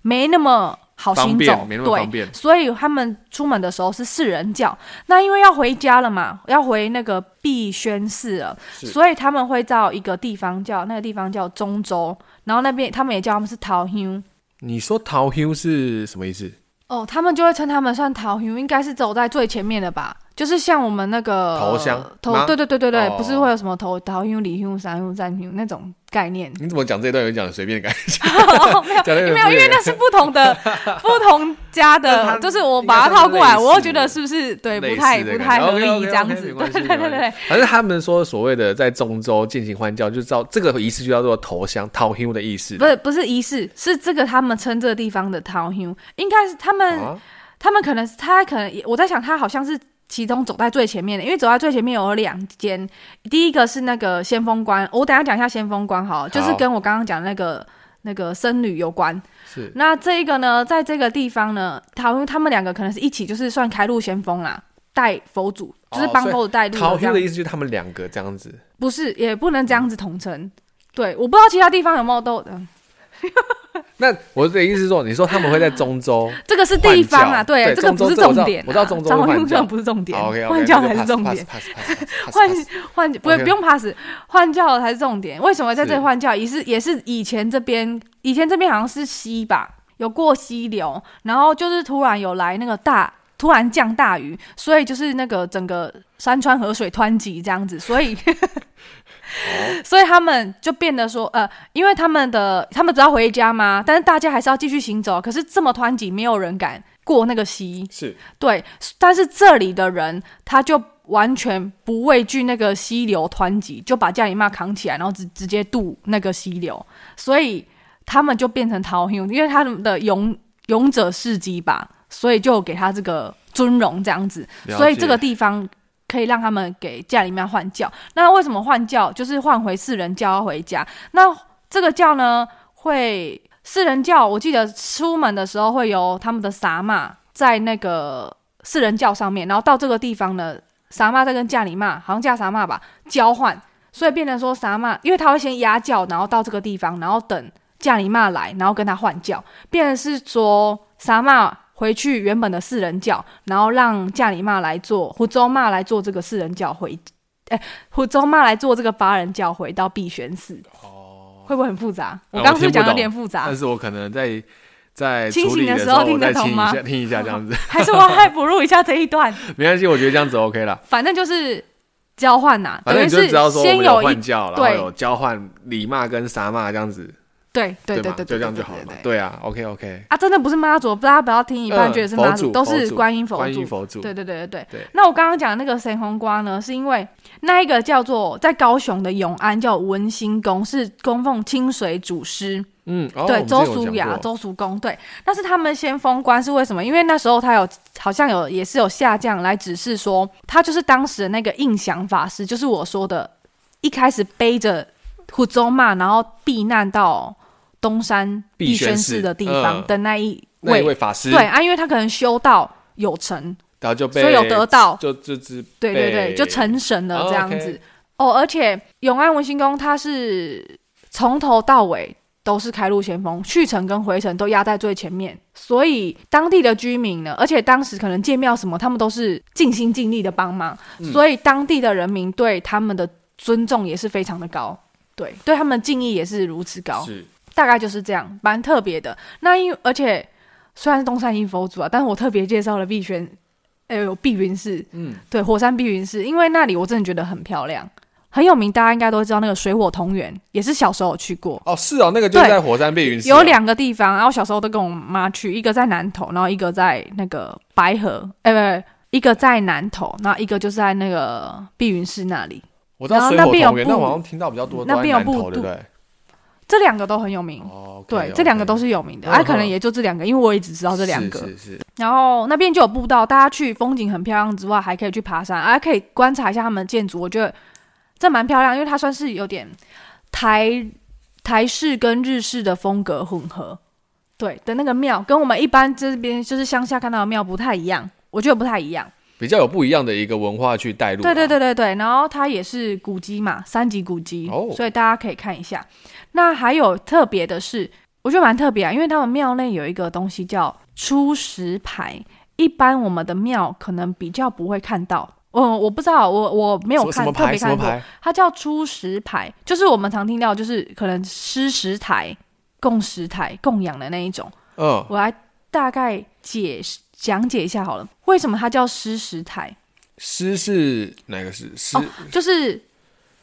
B: 没那么好
A: 方
B: 行
A: 便，
B: 走，
A: 没那么方
B: 对，
A: 便，
B: 所以他们出门的时候是四人轿。那因为要回家了嘛，要回那个碧轩寺了，
A: 是
B: 所以他们会到一个地方叫那个地方叫中州，然后那边他们也叫他们是桃乡。
A: 你说桃 Q 是什么意思？
B: 哦，他们就会称他们算桃乡，应该是走在最前面的吧。就是像我们那个
A: 头香
B: 头，
A: 吗
B: 对对对对对，
A: 哦
B: 不是会有什么头桃乡、李乡、三乡、站乡那种概念，
A: 你怎么讲这一段有点讲的随便的感觉？
B: 哦，没有，
A: 讲得有点
B: 没有，
A: 敷衍
B: 因为那是不 同的、不同家
A: 但它
B: 的，就是我把它套过
A: 应该
B: 来，
A: 算是类似
B: 我又觉得是不是对
A: 类
B: 不
A: 似
B: 太
A: 的
B: 不
A: 感
B: 太
A: 觉
B: 合理
A: OK，OK，OK，
B: 这样
A: 没
B: 子？
A: 关
B: 对
A: 系
B: 对对
A: 没
B: 对
A: 关
B: 对，
A: 反正他们说所谓的在中州进行换教，就知道这个仪式就叫做投香桃 Q 的意思。
B: 不是不是仪式，是这个他们称这个地方的桃乡，应该是他们、
A: 啊，
B: 他们可能是他可能也我在想他好像是。其中走在最前面的，因为走在最前面有两间，第一个是那个先锋官，我等一下讲一下先锋官好了就是
A: 好
B: 跟我刚刚讲的那个那个僧侣有关。
A: 是
B: 那这一个呢，在这个地方呢，桃园他们两个可能是一起，就是算开路先锋啦，带佛祖，
A: 哦
B: 就是帮佛祖带路
A: 桃
B: 的这
A: Q
B: 样
A: 的意思就是他们两个这样子，
B: 不是，也不能这样子统称。
A: 嗯
B: 对，我不知道其他地方有没有都，嗯、
A: 那我的意思是说，你说他们会在中州
B: 这个是地方啊，
A: 换教对
B: 这个不是
A: 中州
B: 重点、啊，
A: 我知道我知道中州
B: 桃
A: 会
B: 园
A: 换教哦
B: 根本不是重 点，
A: OK，
B: 换教才是重点。换
A: 换
B: 换不会
A: OK
B: 不用 pass，换教才是重点。为什么在这里
A: 是
B: 换教？也是也是以前这边，以前这边好像是西吧，有过溪流，然后就是突然有来那个大，突然降大雨，所以就是那个整个山川河水湍急这样子，所以 所以他们就变得说，呃，因为他们的他们只要回家嘛，但是大家还是要继续行走，可是这么湍急，没有人敢过那个溪，
A: 是
B: 对，但是这里的人他就完全不畏惧那个溪流湍急，就把加里骂扛起来，然后直直接渡那个溪流，所以他们就变成逃勇，因为他们的勇勇者事迹吧，所以就给他这个尊荣这样子，
A: 了
B: 所以
A: 解
B: 这个地方。可以让他们给家里面换教。那为什么换教？就是换回四人教要回家。那这个教呢，会四人教，我记得出门的时候会由他们的撒玛在那个四人教上面，然后到这个地方呢，撒玛再跟加里玛，好像叫撒玛吧，交换，所以变成说撒玛，因为他会先压教，然后到这个地方，然后等加里玛来，然后跟他换教，变成是说撒玛。回去原本的四人教，然后让加里玛来做，胡州玛来做这个四人教回，哎、胡州玛来做这个八人教回到碧玄寺，
A: 哦，
B: 会不会很复杂？
A: 呃
B: 我刚刚
A: 我听
B: 是不是
A: 不
B: 讲有
A: 懂
B: 点复杂
A: 但，哎是我可能在在
B: 啊清
A: 处理
B: 醒的
A: 时
B: 时候
A: 我
B: 听得
A: 再
B: 懂
A: 听一
B: 吗
A: 下，听一下这样子，
B: 还是我还补录一下这一段？
A: 没关系，我觉得这样子 OK 啦。
B: 反正就是交换呐、
A: 反正
B: 等于
A: 你就是知道说我
B: 先
A: 们有
B: 有一
A: 换教，然后
B: 对
A: 有交换礼骂跟杀骂这样子，
B: 对对对
A: 吗？
B: 对，
A: 就这样
B: 对
A: 就好了嘛
B: 对。对
A: 对啊，OK OK。
B: 啊，真的不是妈祖，大家不要听一半觉得是
A: 嗯佛
B: 妈祖，
A: 祖
B: 都
A: 佛
B: 是
A: 祖
B: 观音佛
A: 观
B: 祖
A: 音。佛祖，
B: 对对对对对。
A: 对
B: 那我刚刚讲那个神红瓜呢，是因为那一个叫做在高雄的永安叫文心宫，是供奉清水祖师，
A: 嗯，哦
B: 对，周淑
A: 叔
B: 雅、周淑公，对。但是他们先封官是为什么？因为那时候他有好像有也是有下降来指示说，他就是当时的那个印祥法师，就是我说的，一开始背着胡州骂，然后避难到东山
A: 碧
B: 碧
A: 宣
B: 宣
A: 寺
B: 寺的地方
A: 嗯
B: 的那一
A: 那一
B: 位，
A: 位法师，
B: 对啊，因为他可能修道有成，
A: 然后就被
B: 所以有得到，
A: 就就只
B: 对对对，
A: 被
B: 就成神了
A: 哦
B: 这样
A: OK
B: 子。哦而且永安文心宫它是从头到尾都是开路先锋，去程跟回程都压在最前面，所以当地的居民呢，而且当时可能建庙什么，他们都是尽心尽力的帮忙，
A: 嗯
B: 所以当地的人民对他们的尊重也是非常的高。对，对他们敬意也是如此高，
A: 是
B: 大概就是这样，蛮特别的。那因而且虽然是东山一佛祖啊，但是我特别介绍了碧轩，哎呦，碧云寺，
A: 嗯，
B: 对，火山碧云寺，因为那里我真的觉得很漂亮，很有名，大家应该都知道那个水火同源，也是小时候有去过。
A: 哦是哦，那个就是
B: 对
A: 在火山碧云寺哦
B: 有两个地方，然后小时候都跟我妈去，一个在南头，然后一个在那个白河，哎、不不，一个在南头，然后一个就是在那个碧云寺那里，
A: 我知道
B: 然后
A: 水
B: 那
A: 火
B: 边有
A: 同源，但
B: 布
A: 我好像听到比较多
B: 那
A: 都在
B: 边有
A: 南
B: 布
A: 头，对不对？
B: 这两个都很有名。
A: 哦，
B: 对这两个都
A: 是
B: 是有名的，
A: 嗯
B: 哎、
A: 哼
B: 可能也就这两个，因为我也只知道这两个。
A: 是是
B: 然后那边就有步道，大家去风景很漂亮之外，还可以去爬山，还、可以观察一下他们的建筑，我觉得这蛮漂亮，因为它算是有点台台式跟日式的风格混合，对的那个庙跟我们一般这边就是乡下看到的庙不太一样，我觉得不太一样。
A: 比较有不一样的一个文化去带入，
B: 对对，对对对，然后它也是古迹嘛，三级古迹，
A: 哦
B: 所以大家可以看一下。那还有特别的是，我觉得蛮特别啊，因为他们庙内有一个东西叫出石牌，一般我们的庙可能比较不会看到。嗯，我不知道，我我没有
A: 什么什
B: 看
A: 么
B: 特别
A: 牌什么
B: 看过，
A: 牌
B: 它叫出石牌，就是我们常听到，就是可能施食台、供食台、供养的那一种。
A: 嗯，
B: 我来大概解释讲解一下好了，为什么它叫施食台？
A: 诗是哪个诗？诗
B: 哦就是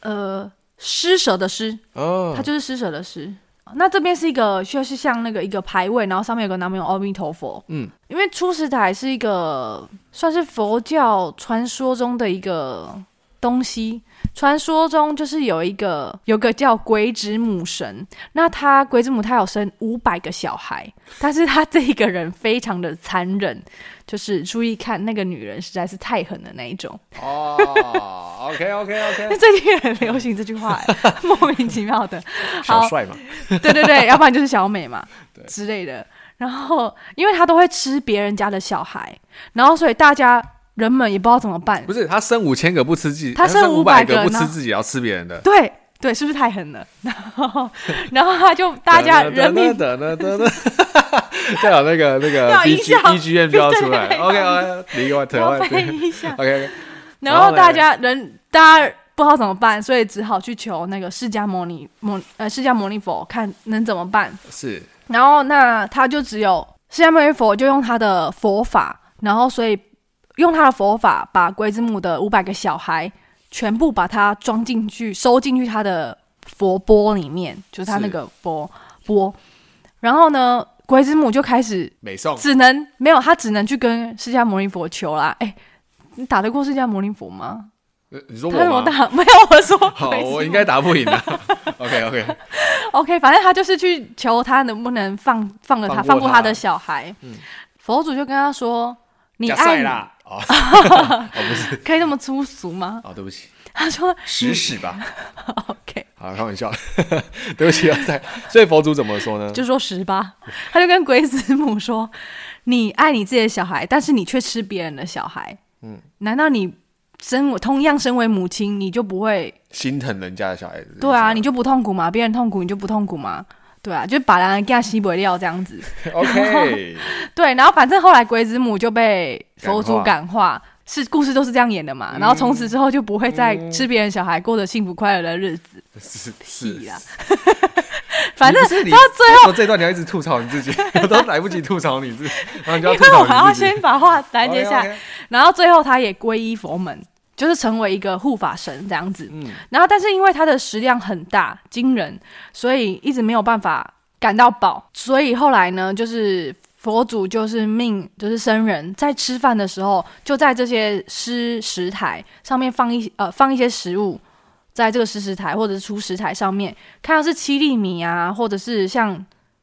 B: 呃施舍的施，
A: 哦
B: 它就是施舍的施。那这边是一个就是像那个一个牌位，然后上面有个南无阿弥陀佛。
A: 嗯，
B: 因为出石台是一个算是佛教传说中的一个东西。传说中就是有一个有个叫鬼子母神，那他鬼子母他有生五百个小孩，但是他这一个人非常的残忍，就是注意看那个女人实在是太狠的那一种。
A: 哦，OK OK
B: 那
A: OK，
B: 最近很流行这句话、 哎莫名其妙的。
A: 小
B: 好
A: 帅嘛，
B: 对对对，要不然就是小美嘛
A: 对
B: 之类的。然后，因为他都会吃别人家的小孩，然后所以大家人们也不知道怎么办
A: 不。是他生五千个不吃自己，呃
B: 他生
A: 五
B: 500
A: 个
B: 个
A: 不吃
B: 呢
A: 自己，也要吃别人的。
B: 对对，是不是太狠了？然后，然后他就 大家人民
A: 等等等等， 再有那个那个
B: 要
A: B
B: 音
A: G
B: 效
A: E G N 标出来
B: 对对对
A: ，OK OK，里一个外台
B: 然后
A: 湾
B: 翻
A: ，OK
B: 译 一下，
A: OK，
B: 然
A: 然后
B: 后
A: 嘞
B: 大家人大家不知道怎么办，所以只好去求那个释迦牟尼摩呃释迦牟尼佛看能怎么办。
A: 是
B: 然后那他就只有释迦牟尼佛就用他的佛法，然后所以用他的佛法把鬼子母的五百个小孩全部把它装进去，收进去他的佛钵里面，就是他那个钵钵。然后呢，鬼子母就开始
A: 美颂
B: 只能没有，他只能去跟释迦牟尼佛求啦。哎，你打得过释迦牟尼佛吗？
A: 呃你说
B: 他怎
A: 我
B: 么
A: 吗？
B: 打？没有，我说
A: 好，
B: 鬼子
A: 我
B: 母
A: 应该打不赢的。OK OK，
B: OK，反正他就是去求他能不能放放了他，
A: 放过
B: 放过
A: 他
B: 他的小孩。
A: 嗯
B: 佛祖就跟他说：“你
A: 加赛
B: 爱
A: 啦！哦，哦 不是，
B: 可以那么粗俗吗
A: 哦对不起，？”
B: 他说
A: 屎屎吧，
B: 嗯 ：“OK，
A: 好开玩笑， 对不起啊，赛。 所以佛祖怎么说呢？
B: 就说十八。”他就跟鬼子母说：“你爱你自己的小孩，但是你却吃别人的小孩。嗯，难道你身为同样身为母亲，你就不会
A: 心疼人家的小孩子。
B: 对啊？你就不痛苦吗？别人痛苦，你就不痛苦吗？对啊，就把人家吸不掉这样子。
A: OK，
B: 对，然后反正后来鬼子母就被佛祖
A: 感
B: 感化，是故事都是这样演的嘛。然后从此之后就不会再
A: 嗯
B: 吃别人小孩，过着幸福快乐的日子。
A: 是
B: 屁
A: 是
B: 啦，反正
A: 你不是你
B: 到最
A: 我这段你要一直吐槽你 自己，我都来不及吐槽你自己，然后你就要
B: 因
A: 吐
B: 为我还
A: 槽
B: 要
A: 你自己。
B: 先把话拦截下来，
A: OK，OK，
B: 然后最后他也皈依佛门，就是成为一个护法神这样子。
A: 嗯，
B: 然后但是因为他的食量很大惊人，所以一直没有办法赶到饱，所以后来呢，就是佛祖就是命就是僧人在吃饭的时候，就在这些施食台上面放一呃放一些食物。在这个食食台或者是出食台上面，看到是七粒米啊，或者是像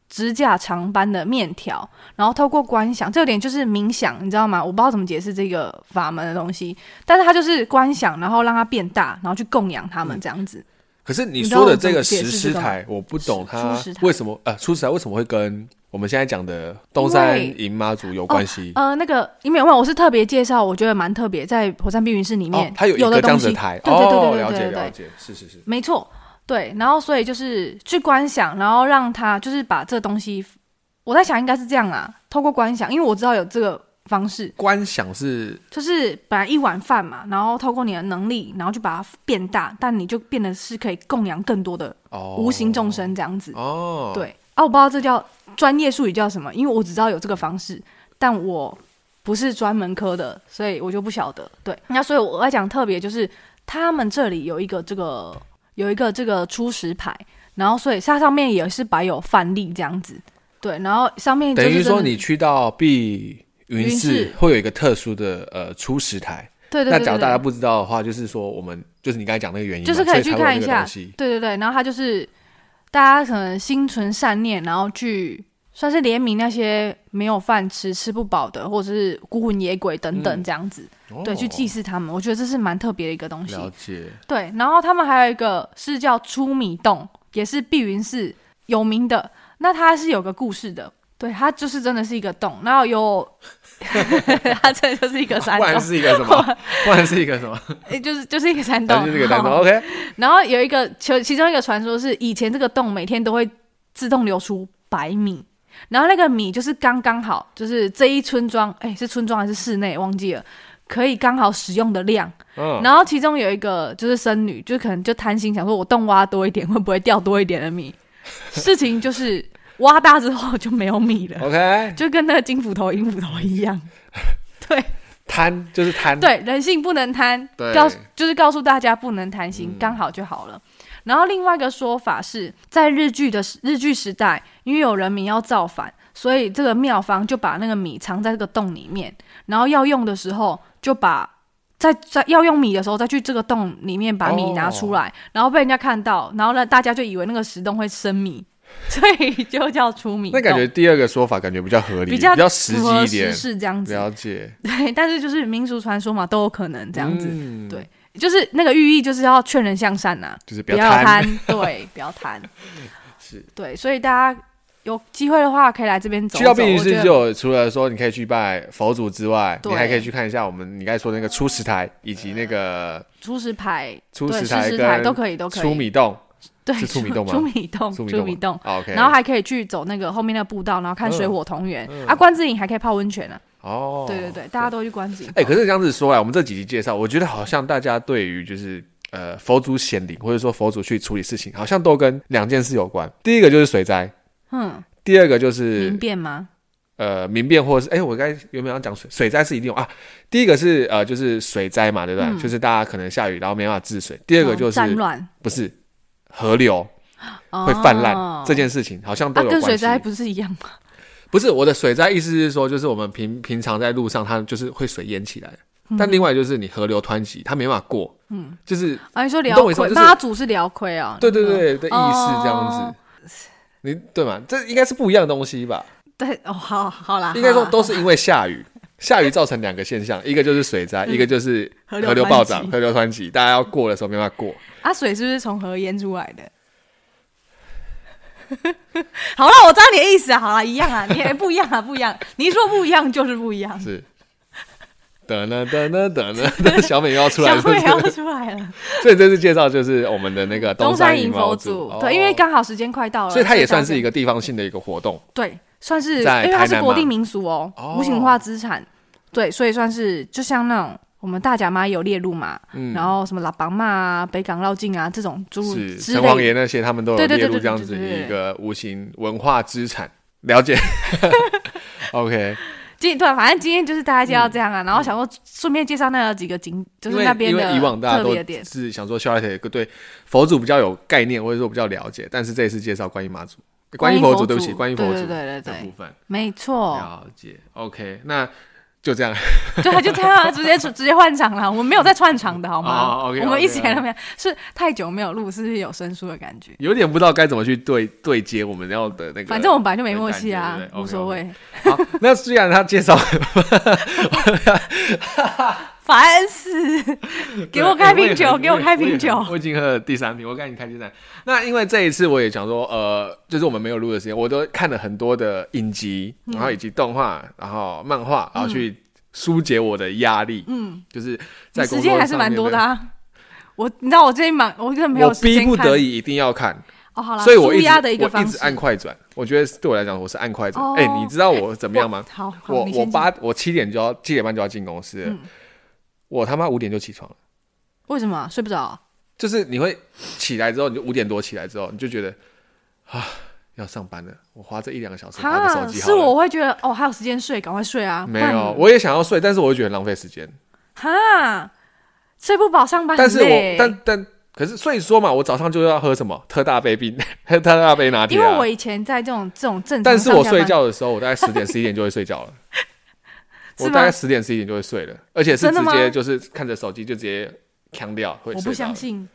B: 指甲长般的面条，然后透过观想，这有点就是冥想，你知道吗？我不知道怎么解释这个法门的东西，但是它就是观想，然后让它变大，然后去供养他们这样子。
A: 可是你
B: 你知
A: 说
B: 道
A: 的
B: 我
A: 这
B: 怎么
A: 个
B: 解
A: 石
B: 释
A: 狮
B: 这个吗
A: 台，我不懂它
B: 初石台
A: 为什么呃，初石台为什么会跟我们现在讲的东山
B: 因为
A: 银妈祖有关系？
B: 呃，那个你没有问，我是特别介绍，我觉得蛮特别，在《火山避云室》里面，
A: 哦它有一
B: 的
A: 个这样
B: 东
A: 子
B: 西
A: 的台，
B: 对对对对
A: 哦，
B: 对
A: 了
B: 对
A: 解
B: 对对
A: 了解，是是是，
B: 没错，对。然后所以就是去观想，然后让他就是把这东西，我在想应该是这样啊，透过观想，因为我知道有这个方式，
A: 观想是
B: 就是本来一碗饭嘛，然后透过你的能力，然后就把它变大，但你就变得是可以供养更多的
A: 哦，
B: 无形众生这样子。
A: 哦，，
B: 对啊，我不知道这叫专业术语叫什么，因为我只知道有这个方式，但我不是专门科的，所以我就不晓得。对，那所以我要讲特别就是他们这里有一个这个有一个这个初始牌，然后所以它上面也是摆有范例这样子。对，然后上面就
A: 等
B: 是
A: 于说
B: 真的
A: 你去到碧云
B: 云
A: 寺
B: 寺
A: 会有一个特殊的呃初石台。
B: 对对对
A: 那
B: 对
A: 假如大
B: 对
A: 家不知道的话，就是说我们就是你刚才讲那个原因嘛，
B: 就是可
A: 所
B: 以去
A: 才会有
B: 看一
A: 那个
B: 下
A: 东西，
B: 对对对，然后他就是大家可能心存善念，然后去算是怜悯那些没有饭吃、吃不饱的，或者是孤魂野鬼等等
A: 嗯
B: 这样子，
A: 哦
B: 对，去祭祀他们。我觉得这是蛮特别的一个东西。
A: 了 解，
B: 对，然后他们还有一个是叫出米洞，也是碧云寺有名的。那它是有个故事的，对，它就是真的是一个洞，然 后有，它真的就是一个山
A: 不然
B: 洞，
A: 是一个什么？不然是一个什么？
B: 诶 就是就是一个山洞
A: 那，就是一个单
B: 然
A: 词。
B: 后
A: OK，
B: 然后有一个其其中一个传说是，以前这个洞每天都会自动流出白米，然后那个米就是刚刚好，就是这一村庄，哎，是村庄还是室内忘记了，可以刚好使用的量。
A: 嗯，
B: 然后其中有一个就是僧侣，就可能就贪心想说，我洞挖多一点会不会掉多一点的米？事情就是挖大之后就没有米了，
A: OK，
B: 就跟那个金斧头、银斧头一样。对
A: 贪就是贪，
B: 对，人性不能贪，
A: 对嗯
B: 告诉就是告诉大家不能贪心，刚好就好了。然后另外一个说法是在日剧的时日剧时代，因为有人民要造反，所以这个庙方就把那个米藏在这个洞里面，然后要用的时候就把在在要用米的时候再去这个洞里面把米拿出
A: 哦
B: 来，然后被人家看到，然后呢大家就以为那个石洞会生米， 所以就叫出米洞。
A: 那感觉第二个说法感觉比较合理，
B: 比较
A: 实
B: 符
A: 际
B: 合
A: 一点
B: 时。事这样子，
A: 了解，
B: 对，但是就是民俗传说嘛，都有可能这样子。
A: 嗯
B: 对就是那个寓意就是要劝人向善呐、
A: 就是不
B: 不
A: 要
B: 要
A: 贪。
B: 贪，对， 不要贪，
A: 是
B: 对，所以大家有机会的话可以来这边走
A: 去
B: 走。
A: 到
B: 我
A: 碧云
B: 觉
A: 寺
B: 得
A: 就有，除了说你可以去拜佛祖之外，
B: 对
A: 你还可以去看一下我们你刚才说的那个初石台，以及那个
B: 初石牌、
A: 初
B: 对
A: 石
B: 石石台
A: 跟
B: 都可以，都可以。
A: 出米洞。
B: 对，
A: 是出米 洞吗
B: 出米洞，
A: 出米
B: 出
A: 洞吗
B: 米洞。
A: 啊 OK，
B: 然后还可以去走那个后面那个步道，然后看
A: 嗯
B: 水火同源、
A: 嗯
B: 啊，关子岭还可以泡温泉啊、
A: 哦，
B: 对对对，大家都去关子岭。哦
A: 哎、可是这样子说来，我们这几集介绍，我觉得好像大家对于就是呃佛祖显灵，或者说佛祖去处理事情，好像都跟两件事有关。第一个就是水灾，
B: 嗯，
A: 第二个就是
B: 明辨吗？
A: 呃民变或者是哎、我刚才原本要讲水水灾是一定有啊。第一个是呃就是水灾嘛，对不对？
B: 嗯
A: 就是大家可能下雨然后没办法治水。第二个
B: 哦
A: 就是、
B: 战乱
A: 不是河流会
B: 会
A: 泛滥、
B: 哦、
A: 这件事情，好像都
B: 啊
A: 有
B: 跟
A: 关系。
B: 水灾不是一样吗？
A: 不是我的水灾，意思是说，就是我们平平常在路上，它就是会水淹起来。
B: 嗯
A: 但另外就是你河流湍急，它没办法过。嗯，就是
B: 啊，你说
A: 你
B: 辽
A: 懂我意思吗
B: 亏，
A: 就是
B: 妈祖是辽亏啊，
A: 对对对
B: 嗯，
A: 的意思这样子。
B: 哦
A: 你对吗？这应该是不一样的东西吧？
B: 对哦，好好啦，
A: 应该说
B: 好啦
A: 都是因为下雨，下雨造成两个现象， 一个就是水灾，一个就是
B: 嗯河流
A: 河流
B: 湍
A: 暴
B: 急
A: 涨、河流湍急，大家要过的时候没办法 过。
B: 啊，水是不是从河淹出来的？ 好了，我知道你的意思啊，好了，一样啊，你不一样啊，不 一样，你一说不一样就是不一样，
A: 是，等呢等呢等呢， 等小美又要出来
B: 小
A: 了，
B: 慧
A: 是
B: 要
A: 不是？
B: 出来 了，
A: 所以这次介绍就是我们的那个
B: 东
A: 山
B: 营
A: 佛
B: 祖，
A: 哦
B: 对，因为刚好时间快到了，
A: 所以它也算是一
B: 个
A: 个地方性的一个活动。
B: 对，算是
A: 在
B: 因为
A: 台
B: 它是
A: 南
B: 国
A: 嘛
B: 定民俗哦，
A: 哦
B: 无形文化资产，对，所以算是就像那种我们大甲妈也有列入嘛，
A: 嗯，
B: 然后什么喇叭妈啊、北港绕境啊这种诸如
A: 是
B: 之
A: 城隍
B: 类
A: 爷那些，他们都有
B: 对对
A: 列
B: 对
A: 入
B: 对对
A: 这样子
B: 对对对
A: 一个无形文化资产。了 解，OK，
B: 今天对，啊反正今天就是大家介绍这样啊，然后想说顺便介绍那几个景，
A: 嗯
B: 就
A: 因
B: 是
A: 为
B: 那边
A: 因
B: 的
A: 为以往大家
B: 特
A: 都
B: 别点。
A: 是想说 Charlotte 对佛祖比较有概念，或者说比较了解，但是这一次介绍观音妈祖、观
B: 音
A: 音佛
B: 祖，
A: 对不起，观音佛
B: 对
A: 祖
B: 对对
A: 的部
B: 对
A: 分
B: 没错，
A: 了解，OK，那就这样，
B: 对，他就这样直接直接换场了，我们没有在串场的好吗？
A: 哦，OK，
B: 我们
A: OK，
B: 一直以来都
A: OK
B: 没有，是太久没有录，是不是有生疏的感觉？
A: 有点不知道该怎么去对对接我们要的那个。
B: 反正我们本来就没默契啊
A: 对对，对
B: 无
A: OK，OK
B: 所谓，
A: 好， 那虽然他介绍
B: 烦死！给我开瓶酒，给我开瓶酒。
A: 我已经喝了第三瓶，我赶紧开第三。那因为这一次我也想说，呃，就是我们没有录的时间，我都看了很多的影集，
B: 嗯
A: 然后以及动画，然后漫画，然后去疏解我的压力。
B: 嗯，
A: 就是
B: 你
A: 在
B: 时
A: 工作
B: 间还是蛮多的
A: 上
B: 啊。我你知道我最近忙，我真的没
A: 面。
B: 有
A: 我
B: 时
A: 逼
B: 间
A: 不
B: 看。
A: 得已一定要看，
B: 哦，好啦，
A: 所以我一
B: 舒
A: 直
B: 压的一个
A: 我一
B: 方
A: 直
B: 式。
A: 按快转。我觉得对我来讲，我是按快转
B: 哦。
A: 哎，你知道我怎么样吗
B: 我？好， 好
A: 我
B: 你
A: 我
B: 先
A: 八我七点就要七点半就要进公司了
B: 嗯，
A: 我他妈五点就起床了。
B: 讲为什么睡不着？
A: 就是你会起来之后，你就五点多起来之后，你就觉得啊要上班了，我花这一两个小时划个手机好
B: 是
A: 了。
B: 我会觉得哦，还有时间睡，赶快睡啊！
A: 没
B: 不然
A: 有，我也想要睡，但是我又觉得很浪费时间。
B: 哈，睡不饱上班很
A: 但是我
B: 累
A: 但但可是所以说嘛，我早上就要喝什么特大杯 冰，喝特大杯拿铁、
B: 因
A: 啊。
B: 为我以前在这种这种正常，
A: 但是我睡，觉的时候，我大概十点十一点就会睡觉了。
B: 是
A: 我
B: 吗
A: 大概十点十一点就会睡了，而且是
B: 真的
A: 直
B: 吗
A: 接就是看着手机就直接扛掉，会
B: 我
A: 睡
B: 不
A: 着
B: 相
A: 了。
B: 信，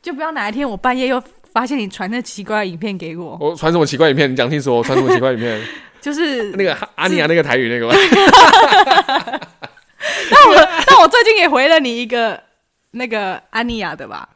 B: 就不要哪一天我半夜又发现你传那奇怪的影片给我，
A: 我传什么奇怪影片？你讲清楚，我传什么奇怪影 片？
B: 就是
A: 那个哈阿尼啊亚那个台语那个吗？
B: 但我但我最近也回了你一个那个安妮亚的吧，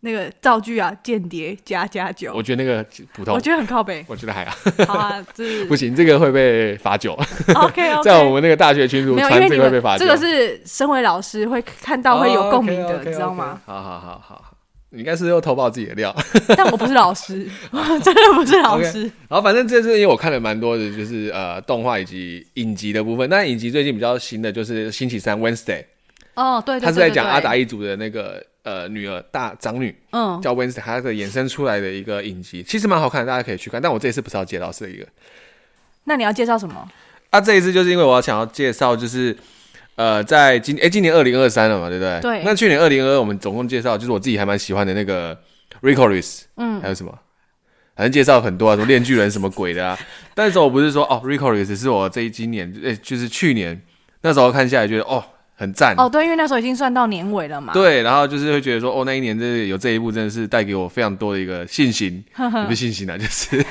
B: 那个造句啊，间谍加加
A: 我
B: 酒，
A: 觉得那个普通。
B: 我，觉得很靠北
A: 我觉得还好，
B: 好啊，就是
A: 不行，这个会被罚酒，
B: OK OK，
A: 在我们那个大学群组
B: 没有，因
A: 传
B: 为
A: 这
B: 你
A: 个会
B: 们
A: 被罚酒，
B: 这个是身为老师会看到会有共鸣的，知道吗？？
A: 好好好好好，你应该是又偷爆自己的料。
B: 但我不是老师，我真的不是老师。
A: 然后反正这次因为我看了蛮多的，就是呃动画以及影集的部分。那影集最近比较新的就是星期三 Wednesday，
B: 哦，对对对，
A: 他是在讲阿达
B: 一，
A: 一族的那个呃女儿大长女
B: 嗯，
A: 叫 Wednesday，她的衍生出来的一个影集，其实蛮好看的，大家可以去看。但我这次不是要介绍这一个，
B: 那你要介绍什么？
A: 啊，这一次就是因为我想要介绍，就是呃，在今哎、今年二零二三了嘛，对不对？
B: 对
A: 那去年二零二，我们总共介绍就是我自己还蛮喜欢的那个 Ricoris，
B: 嗯
A: 还有什么？反正介绍很多啊，什么炼巨人什么鬼的啊。但是我不是说哦，Ricoris 是我这一今年，哎、就是去年那时候看下来觉得哦很赞
B: 哦，对，因为那时候已经算到年尾了嘛。，
A: 对，然后就是会觉得说，哦，那一年真的有这一部，真的是带给我非常多的一个信心，也不是信心啊，就是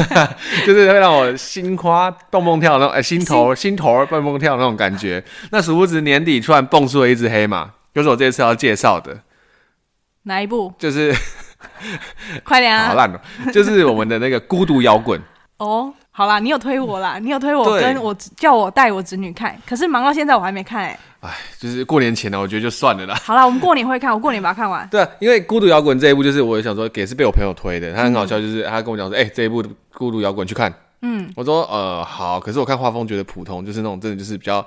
A: 就是会让我心花蹦蹦跳那种，哎、心头心头儿蹦蹦跳那种感觉。那殊不知年底突然蹦出了一只黑马，就是我这次要介绍的，
B: 哪一部？
A: 就是
B: 快点
A: 好
B: 啊！
A: 烂哦、就是我们的那个孤独摇滚。
B: 哦，好啦，你有推我 啦，你有推我，
A: 对
B: 跟我叫我带我侄女看，可是忙到现在我还没看哎。
A: 哎，就是过年前呢、我觉得就算了啦。
B: 好啦，我们过年会看，我过年把它看完。
A: 对啊，因为《孤独摇滚》这一部，就是我想说，也是被我朋友推的。他很好笑，就是他跟我讲说：“哎、这一部《孤独摇滚》去看。”
B: 嗯，
A: 我说：“呃，好。”可是我看画风觉得普通，就是那种真的就是比较，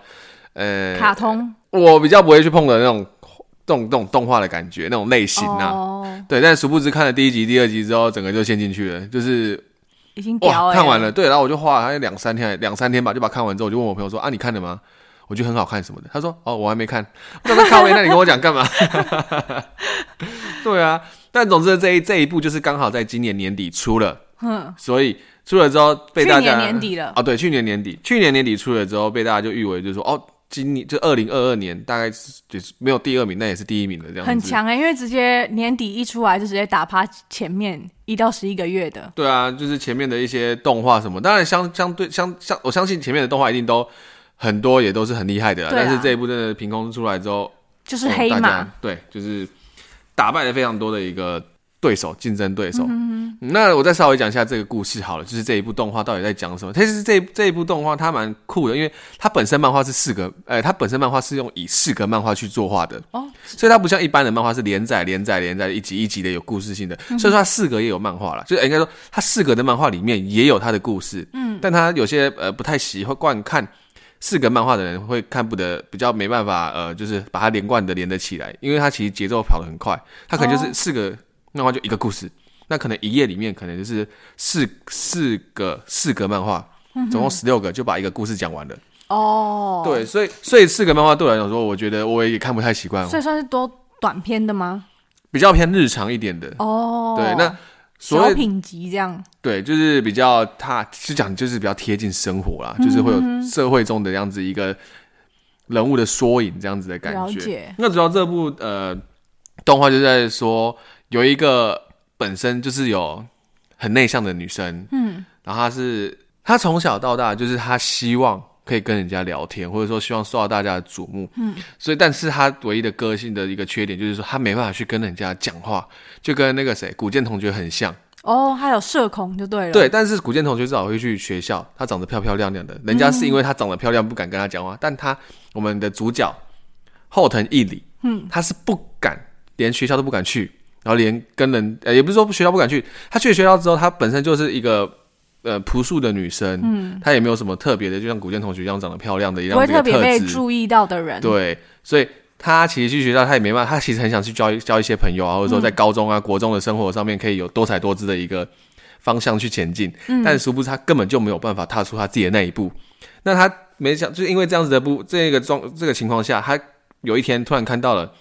A: 呃，
B: 卡通
A: 我比较不会去碰的那种动动动画的感觉，那种类型啊。
B: 哦，
A: 对，但殊不知看了第一集、第二集之后，整个就陷进去了，就是
B: 已经屌
A: 哇，
B: 哎、
A: 看完了，对，然后我就花了大概两三天，两三天吧，就把它看完之后，我就问我朋友说啊，你看了吗？我觉得很好看什么的，他说哦，我还没看，那他靠背，那你跟我讲干嘛？ 对啊，但总之这一这一部就是刚好在今年年底出了，
B: 嗯，
A: 所以出了之后被大家
B: 去年年底了
A: 哦，对，去年年底，去年年底出了之后被大家就誉为就是说哦，今年就二零二二年大概是就是没有第二名，那也是第一名的这样子，
B: 很强哎、因为直接年底一出来就直接打趴前面一到十一个月的，
A: 对啊，就是前面的一些动画什么，当然相相对相相，我相信前面的动画一定都很多也都是很厉害的啦，
B: 对啊
A: 但是这一部真的凭空出来之后，
B: 就是
A: 哦
B: 黑
A: 大
B: 马
A: 家。对，就是打败了非常多的一个对手，竞争对
B: 嗯
A: 手。嗯那我再稍微讲一下这个故事好了，就是这一部动画到底在讲什么？其实这一这一部动画它蛮酷的，因为它本身漫画是四格，呃，它本身漫画是用以四格漫画去作画的，
B: 哦，
A: 所以它不像一般的漫画是连载、连载、连载，一集一集的有故事性的。
B: 嗯
A: 所以说它四格也有漫画啦，就是呃应该说它四格的漫画里面也有它的故事，嗯，但它有些呃不太习惯看四格漫画的人会看不得，比较没办法呃，就是把它连贯的连得起来，因为它其实节奏跑得很快，它可能就是
B: 哦
A: 四个漫画就一个故事，那可能一页里面可能就是四四个四格漫画，总共十六个就把一个故事讲完了。
B: 嗯哦，
A: 对，，所以所以四格漫画对我来讲说，我觉得我也看不太习惯，
B: 所以算是多短篇的吗？
A: 比较偏日常一点的。
B: 哦，
A: 嗯对，那所
B: 小
A: 谓
B: 品集这样，
A: 对，就是比较他是讲就是比较贴近生活啦，就是会
B: 嗯
A: 有社会中的这样子一个人物的缩影这样子的感
B: 了
A: 觉。
B: 解，
A: 那主要这部呃动画就在说有一个本身就是有很内向的女生，
B: 嗯，
A: 然后她是她从小到大就是她希望可以跟人家聊天，或者说希望受到大家的瞩目，嗯，所以但是她唯一的个性的一个缺点就是说她没办法去跟人家讲话，就跟那个谁古剑同学很像。
B: 哦，还有社恐就对了，
A: 对，，但是古剑同学至少会去学校，她长得漂漂亮亮的，人家是因为她长得漂亮不敢跟她讲话，但她我们的主角后藤义理，嗯，她是不敢，连学校都不敢去，然后连跟人，呃，也不是说学校不敢去，她去了学校之后，她本身就是一个。呃，朴素的女生，嗯，她也没有什么特别的，就像古剑同学一样长得漂亮的一样
B: 不会
A: 这个
B: 特别被
A: 质
B: 注意到的人，，
A: 对，所以他其实去学校，他也没办法，他其实很想去交一交一些朋友啊，或者说
B: 嗯
A: 在高中啊、国中的生活上面可以有多彩多姿的一个方向去前进。
B: 嗯
A: 但殊不知他根本就没有办法踏出他自己的那一步。那他没想，就是因为这样子的不这个状这个情况下，他有一天突然看到了。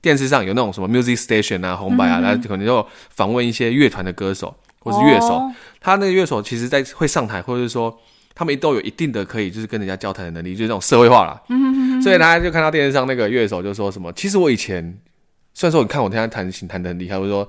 A: 电视上有那种什么 music station 啊、红白啊，然后可能就访问一些乐团的歌手或是乐手，
B: 嗯哦、
A: 他那个乐手其实在会上台，或者是说他们都有一定的可以就是跟人家交谈的能力，就是这种社会化啦。所以大家就看到电视上那个乐手就说什么，其实我以前虽然说你看我现在弹琴弹得很厉害，或者说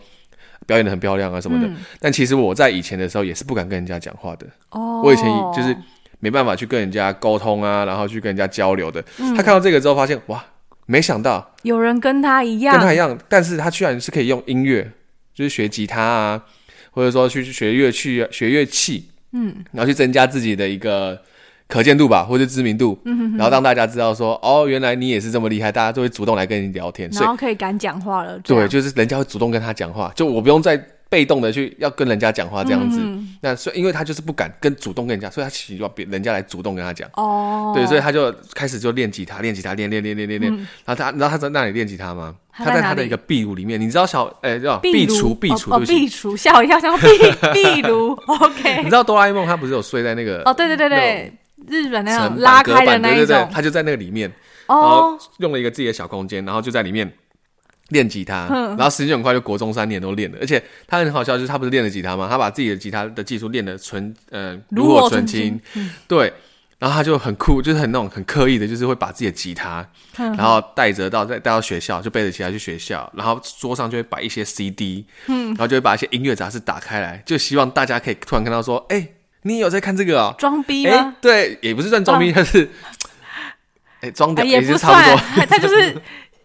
A: 表演的很漂亮啊什么的，但其实我在以前的时候也是不敢跟人家讲话的。
B: 哦，
A: 我以前就是没办法去跟人家沟通啊，然后去跟人家交流的。他看到这个之后发现，哇，没想到
B: 有人跟他一样，
A: 跟他一样，但是他居然是可以用音乐，就是学吉他啊，或者说去学乐器、啊学乐器，嗯，然后去增加自己的一个可见度吧，或者知名度，嗯然后让大家知道说，哦，原来你也是这么厉害，大家都会主动来跟你聊天，所
B: 然
A: 以
B: 后可以敢讲话了，这
A: 对，
B: 样
A: 就是人家会主动跟他讲话，就我不用再被动的去要跟人家讲话这样子。
B: 嗯
A: 那所以，因为他就是不敢跟主动跟人家，所以他希望别人家来主动跟他讲。
B: 哦，嗯
A: 对，所以他就开始就练吉他，练吉他，练练练练练练。然后他，你知道他在那里练吉他吗？
B: 他
A: 他
B: 在
A: 在
B: 哪
A: 他的
B: 里
A: 一个壁炉里面，你知道小哎叫
B: 壁
A: 壁
B: 炉
A: 橱，壁
B: 哦
A: 橱，
B: 哦，
A: 对不起
B: 壁橱，吓我一跳，想壁壁炉
A: 你
B: ，OK，
A: 知道哆啦 A 梦他不是有睡在那个
B: 哦，对对对对，日本那种拉
A: 隔
B: 开的
A: 板，
B: 那
A: 对对
B: 一
A: 对
B: 种，，
A: 他就在那个里面，然后
B: 哦，
A: 用了一个自己的小空间，然后就在里面练吉他，
B: 嗯
A: 然后时间很快就国中三年都练了，而且他很好笑，就是他不是练了吉他吗？他把自己的吉他的技术练得纯呃
B: 炉
A: 炉火
B: 火
A: 纯
B: 纯青，
A: 对。然后他就很酷，就是很那种很刻意的，就是会把自己的吉他，
B: 嗯
A: 然后带着到再带到学校，就背着吉他去学校，然后桌上就会摆一些 CD，嗯，然后就会把一些音乐杂志打开来，就希望大家可以突然看到说，哎、你也有在看这个哦，
B: 装逼
A: 哎、
B: 吗？嗯
A: 对，也不是算装逼，但是，哎、装
B: 啊
A: 屌
B: 也
A: 是
B: 不
A: 差不
B: 算
A: 多，，
B: 他就是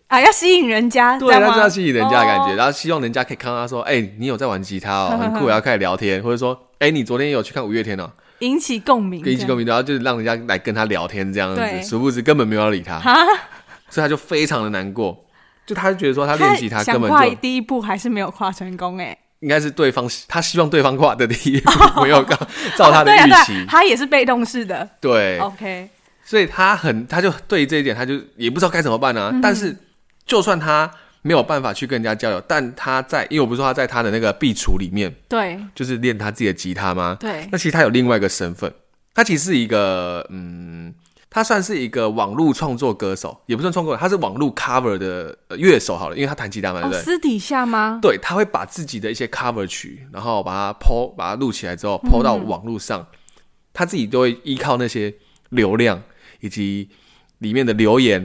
B: 啊，要吸引人 家，
A: 对，
B: 这样
A: 他
B: 吗
A: 就要吸引人家的感觉，
B: 哦
A: 然后希望人家可以看到他说，哎、你有在玩吉他哦，
B: 哼
A: 很
B: 哼
A: 酷， 然后开始聊天，或者说，哎、你昨天有去看五月天哦，
B: 引起共鸣，
A: 跟一起共
B: 鸣，
A: 鸣，然后就是让人家来跟他聊天这样
B: 对
A: 子，殊不知根本没有要理他，
B: 哈，
A: 所以他就非常的难过，就他就觉得说他
B: 他
A: 练吉他
B: 想
A: 根本
B: 跨
A: 就
B: 第一步还是没有跨成功，哎，
A: 应该是对方他希望对方跨的第 一步没有刚照他的
B: 对啊
A: 预
B: 对啊
A: 期，
B: 他也是被动式的
A: 对，
B: ，OK，
A: 所以他很，他就对这一点，他就也不知道该怎么办呢、啊。但是，就算他没有办法去跟人家交流，但他在，因为我不是说他在他的那个壁橱里面，
B: 对
A: 就是练他自己的吉他吗？
B: 对
A: 那其实他有另外一个身份，他其实是一个嗯，他算是一个网络创作歌手，也不算创作，他是网络 cover 的呃乐手好了，因为他弹吉他嘛，对
B: 哦，
A: 不对？
B: 私底下吗？
A: 对，他会把自己的一些 cover 曲，然后把它抛，把它录起来之后抛
B: 嗯
A: 到网络上，他自己都会依靠那些流量以及里面的留言，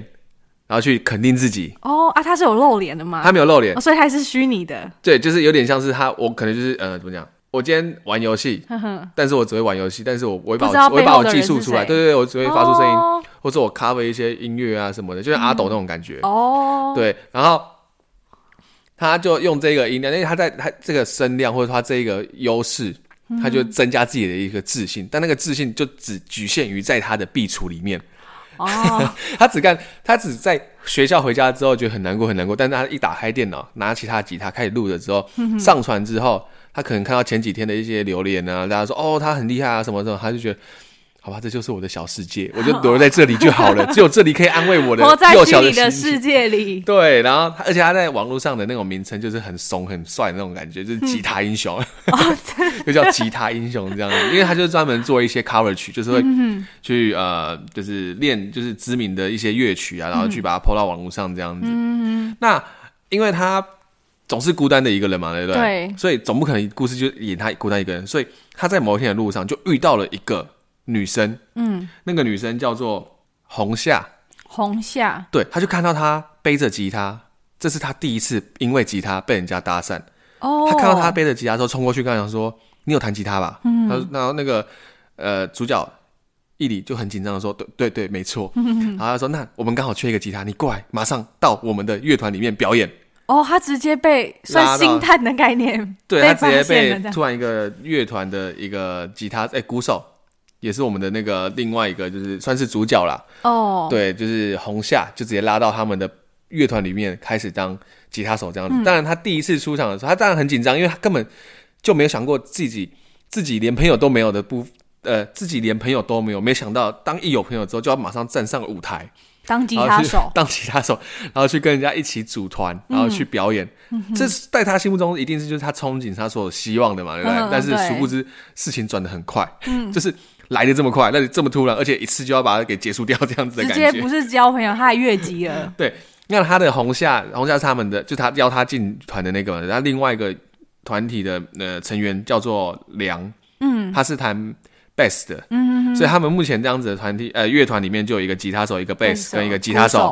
A: 然后去肯定自己。
B: 哦啊，他是有露脸的吗？
A: 他没有露脸
B: 哦，，所以他是虚拟的。
A: 对，就是有点像是他，我可能就是呃，怎么讲？我今天玩游戏，
B: 呵呵，
A: 但是我只会玩游戏，但是我我会把
B: 不知道
A: 我我会把
B: 背后
A: 我
B: 的
A: 技
B: 人
A: 术
B: 是
A: 出来，
B: 谁
A: 对对对，我只会发出声音，
B: 哦
A: 或者我 cover 一些音乐啊什么的，就像阿斗那种感觉。
B: 哦，
A: 对，然后他就用这个音量，因为他在他这个声量或者他这个优势，
B: 嗯
A: 他就增加自己的一个自信，但那个自信就只局限于在他的壁橱里面，
B: 哦，
A: 他只干他只在学校回家之后觉得很难过很难过，但是他一打开电脑，拿起他的吉他开始录了之后，
B: 嗯
A: 上传之后，他可能看到前几天的一些留言啊，大家说哦他很厉害啊什么什么，他就觉得。好吧，这就是我的小世界， 我就躲在这里就好了。只有这里可以安慰我的
B: 活在
A: 幼
B: 虚
A: 小的
B: 拟的
A: 心情
B: 世界里。
A: 对，然后他而且他在网络上的那种名称就是很怂很帅的那种感觉，就是吉他英雄，
B: 哦
A: 就叫吉他英雄这样子，因为他就专门做一些 cover 曲，就是
B: 嗯
A: 会去呃，就是练就是知名的一些乐曲啊，然后去把它抛到网络上这样子。
B: 嗯
A: 那因为他总是孤单的一个人嘛，对不对？
B: 对
A: 所以总不可能故事就演他孤单一个人，所以他在某一天的路上就遇到了一个女生，
B: 嗯，
A: 那个女生叫做红夏。
B: 红夏，
A: 对，他就看到他背着吉他，这是他第一次因为吉他被人家搭讪。
B: 哦，
A: 他看到他背着吉他之后，冲过去跟他讲说：“你有弹吉他吧？”嗯，他说然后那个呃主角伊里就很紧张的说：“对对对，没错。
B: 嗯
A: 然后他说：“那我们刚好缺一个吉他，你过来，马上到我们的乐团里面表演。”
B: 哦，他直接被
A: 拉到
B: 算星探的概念，
A: 对
B: 被
A: 他直接
B: 发现了
A: 被
B: 这样
A: 突然一个乐团的一个吉他哎鼓手，也是我们的那个另外一个就是算是主角啦，
B: 哦，
A: 对，就是红夏就直接拉到他们的乐团里面开始当吉他手这样子。当然，他第一次出场的时候，他当然很紧张，因为他根本就没有想过自己自己连朋友都没有的不呃，自己连朋友都没有，没想到当一有朋友之后，就要马上站上舞台，
B: 当吉
A: 然后
B: 他
A: 去
B: 手 嗯
A: 当吉他手，然后去跟人家一起组团，然后去表演。这是在他心目中一定是就是他憧憬他所有希望的嘛，对不对？
B: 嗯嗯
A: 但是
B: 对嗯
A: 殊不知事情转的很快，就是来的这么快，那你这么突然，而且一次就要把它给结束掉这样子的
B: 直
A: 感觉，。
B: 接不是交朋友，他还越级了
A: 对，那他的红夏，红夏是他们的，就他邀他进团的那个嘛，然后另外一个团体的呃成员叫做梁，嗯，他是弹 bass 的，嗯，所以他们目前这样子的团体呃乐团里面就有一个吉他手，一个 bass 跟一个吉他手，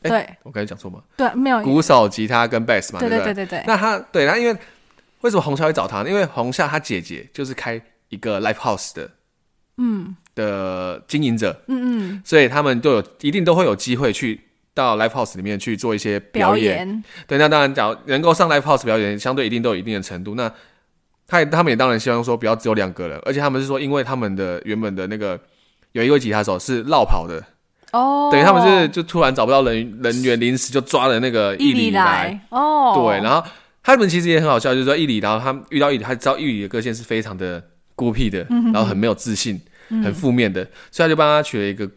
B: 鼓手，对
A: 我刚才讲错吗？
B: 对，没有，
A: 鼓手、吉他跟 bass 嘛，不
B: 对对对对对
A: 那他对，他因为为什么红夏会找他呢？因为红夏他姐姐就是开一个 live house 的，嗯，的经营者，
B: 嗯嗯，
A: 所以他们都有一定都会有机会去到 live house 里面去做一些
B: 表
A: 表演。对，那当然讲能够上 live house 表演，相对一定都有一定的程度。那他也他们也当然希望说不要只有两个人，而且他们是说，因为他们的原本的那个有一位吉他手是绕跑的，
B: 哦，
A: 等于他们是就突然找不到人人员，临时就抓了那个伊
B: 一
A: 里
B: 里来哦，
A: 对，然后他们其实也很好笑，就是说伊里，然后他们遇到伊里，他知道伊里的个性是非常的孤僻的，
B: 嗯
A: 然后很没有自信，很负面的，所以他就帮他取了一个